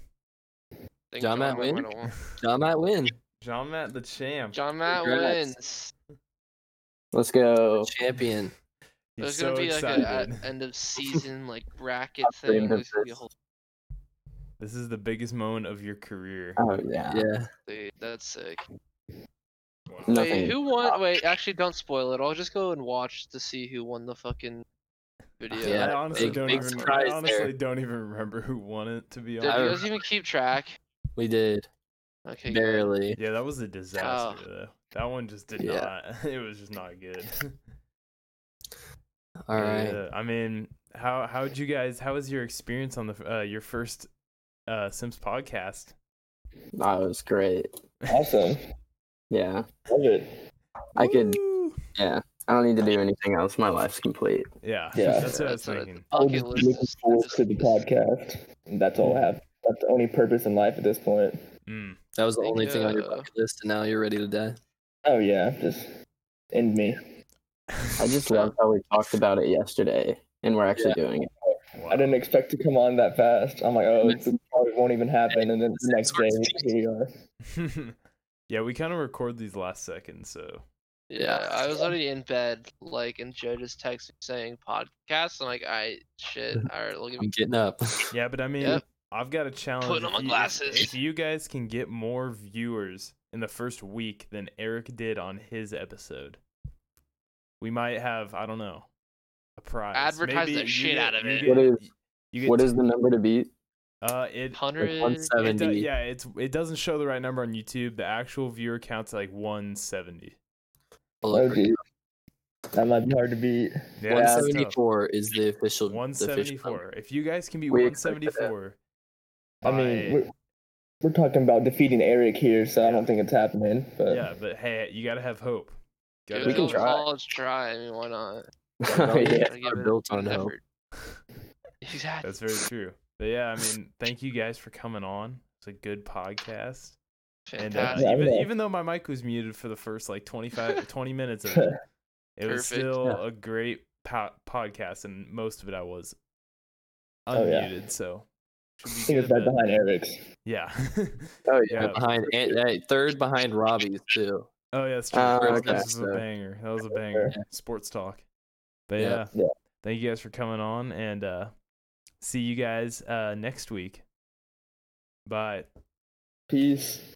[SPEAKER 5] Think
[SPEAKER 3] John Matt
[SPEAKER 5] might
[SPEAKER 3] win?
[SPEAKER 5] wanna win.
[SPEAKER 3] John might win.
[SPEAKER 1] John Matt the champ.
[SPEAKER 5] John Matt
[SPEAKER 3] Congrats.
[SPEAKER 5] wins.
[SPEAKER 4] Let's
[SPEAKER 1] oh.
[SPEAKER 4] go.
[SPEAKER 3] Champion.
[SPEAKER 1] He's
[SPEAKER 5] There's
[SPEAKER 1] so
[SPEAKER 5] gonna be
[SPEAKER 1] excited.
[SPEAKER 5] like an end of season like bracket
[SPEAKER 4] I've
[SPEAKER 5] thing.
[SPEAKER 4] dreamed of
[SPEAKER 5] There's gonna be a
[SPEAKER 4] this.
[SPEAKER 5] whole
[SPEAKER 1] This is the biggest moment of your career.
[SPEAKER 4] Oh yeah.
[SPEAKER 3] Yeah.
[SPEAKER 5] dude, that's sick. Wait,
[SPEAKER 4] Nothing.
[SPEAKER 5] who won? Wait, actually, don't spoil it. I'll just go and watch to see who won the fucking video.
[SPEAKER 3] Yeah,
[SPEAKER 1] I honestly
[SPEAKER 3] big-
[SPEAKER 1] don't
[SPEAKER 3] big
[SPEAKER 1] even. I
[SPEAKER 3] surprise
[SPEAKER 1] honestly
[SPEAKER 3] there.
[SPEAKER 1] don't even remember who won it. To be
[SPEAKER 5] Did you
[SPEAKER 1] honest,
[SPEAKER 3] I-
[SPEAKER 5] guys even keep track?
[SPEAKER 3] We did.
[SPEAKER 5] Okay. good.
[SPEAKER 3] Barely.
[SPEAKER 1] yeah, that was a disaster though. That one just did
[SPEAKER 3] Oh. Yeah.
[SPEAKER 1] not. It was just not good.
[SPEAKER 3] All right.
[SPEAKER 1] Yeah, I mean, how how'd you guys? How was your experience on the uh, your first uh, Sims podcast?
[SPEAKER 4] That Oh, was great.
[SPEAKER 2] Awesome.
[SPEAKER 4] Yeah.
[SPEAKER 2] Love it.
[SPEAKER 4] I could.
[SPEAKER 1] Woo!
[SPEAKER 4] Yeah. I don't need to do anything else. My life's complete.
[SPEAKER 1] Yeah,
[SPEAKER 2] Yeah.
[SPEAKER 1] that's what I was
[SPEAKER 5] That's what I-
[SPEAKER 1] thinking.
[SPEAKER 2] We'll
[SPEAKER 5] Bucket
[SPEAKER 2] just be
[SPEAKER 5] list.
[SPEAKER 2] looking
[SPEAKER 5] is-
[SPEAKER 2] forward
[SPEAKER 5] is-
[SPEAKER 2] to the podcast. And that's all I have. That's the only purpose in life at this point.
[SPEAKER 1] Mm.
[SPEAKER 3] That was the only thing on your
[SPEAKER 5] Yeah.
[SPEAKER 3] bucket list, and now you're ready to die.
[SPEAKER 2] Oh yeah, just end me.
[SPEAKER 4] I just love how we talked about it yesterday, and we're actually doing it.
[SPEAKER 2] I didn't expect to come on that fast. I'm like, oh, it probably won't even happen. And then the next day, here we are.
[SPEAKER 1] yeah, we kind of record these last second, so
[SPEAKER 5] Yeah, I was already in bed, like, and Joe just texted me saying podcast. I'm like, all right, shit. All right, we'll give
[SPEAKER 3] I'm
[SPEAKER 5] you.
[SPEAKER 3] getting up.
[SPEAKER 1] yeah. But I mean,
[SPEAKER 5] Yep.
[SPEAKER 1] I've got a challenge.
[SPEAKER 5] Putting
[SPEAKER 1] If
[SPEAKER 5] on my
[SPEAKER 1] you- if-
[SPEAKER 5] glasses.
[SPEAKER 1] If you guys can get more viewers in the first week than Eric did on his episode, we might have I don't know a prize.
[SPEAKER 5] Advertise
[SPEAKER 1] Maybe
[SPEAKER 5] the
[SPEAKER 1] you
[SPEAKER 5] shit
[SPEAKER 1] get-
[SPEAKER 5] out of
[SPEAKER 1] you
[SPEAKER 5] it.
[SPEAKER 1] get-
[SPEAKER 4] What is-
[SPEAKER 1] you get
[SPEAKER 4] What
[SPEAKER 1] t-
[SPEAKER 4] is the number to beat?
[SPEAKER 1] uh it?
[SPEAKER 5] Hundred.
[SPEAKER 3] 170.
[SPEAKER 1] it do-
[SPEAKER 3] 70.
[SPEAKER 1] yeah, it's it doesn't show the right number on YouTube. The actual viewer count's like 170.
[SPEAKER 2] Oh, geez. That might be hard to beat.
[SPEAKER 1] Yeah,
[SPEAKER 3] One
[SPEAKER 1] that's tough.
[SPEAKER 3] seventy four is the official. the official number.
[SPEAKER 1] 174. If you guys can be
[SPEAKER 4] We expected that.
[SPEAKER 1] 174,
[SPEAKER 2] I
[SPEAKER 1] by-
[SPEAKER 2] mean, we're, we're talking about defeating Eric here, so I don't think it's happening. But
[SPEAKER 1] yeah, but hey, you gotta have hope. Gotta
[SPEAKER 5] Dude,
[SPEAKER 4] We
[SPEAKER 1] have
[SPEAKER 4] can
[SPEAKER 5] let's
[SPEAKER 1] hope.
[SPEAKER 4] try.
[SPEAKER 5] all just try. I mean, why not?
[SPEAKER 4] Oh, yeah.
[SPEAKER 5] Gotta
[SPEAKER 3] Are
[SPEAKER 5] give it
[SPEAKER 3] built on
[SPEAKER 5] an
[SPEAKER 3] hope.
[SPEAKER 5] effort. Exactly.
[SPEAKER 1] That's very true. But yeah, I mean, thank you guys for coming on. It's a good podcast. And uh,
[SPEAKER 5] Fantastic.
[SPEAKER 2] Yeah, I
[SPEAKER 1] even,
[SPEAKER 2] mean, uh,
[SPEAKER 1] even though my mic was muted for the first like 25, 20 minutes of it, it was
[SPEAKER 5] Perfect.
[SPEAKER 1] still a great po- podcast, and most of it I was unmuted,
[SPEAKER 2] Oh, yeah.
[SPEAKER 1] so should
[SPEAKER 2] I
[SPEAKER 1] be
[SPEAKER 2] think it's
[SPEAKER 1] good,
[SPEAKER 2] right
[SPEAKER 1] but-
[SPEAKER 2] behind Eric's.
[SPEAKER 1] Yeah.
[SPEAKER 4] Oh
[SPEAKER 1] yeah.
[SPEAKER 3] behind and, hey, third behind Robbie's too.
[SPEAKER 1] Oh yeah, that's true.
[SPEAKER 4] Oh,
[SPEAKER 1] That
[SPEAKER 4] okay.
[SPEAKER 1] was a
[SPEAKER 3] So-
[SPEAKER 1] banger. That was a banger. Sports talk. But
[SPEAKER 3] Yeah.
[SPEAKER 1] yeah,
[SPEAKER 2] Yeah.
[SPEAKER 1] thank you guys for coming on, and uh, see you guys uh, next week. Bye.
[SPEAKER 2] Peace.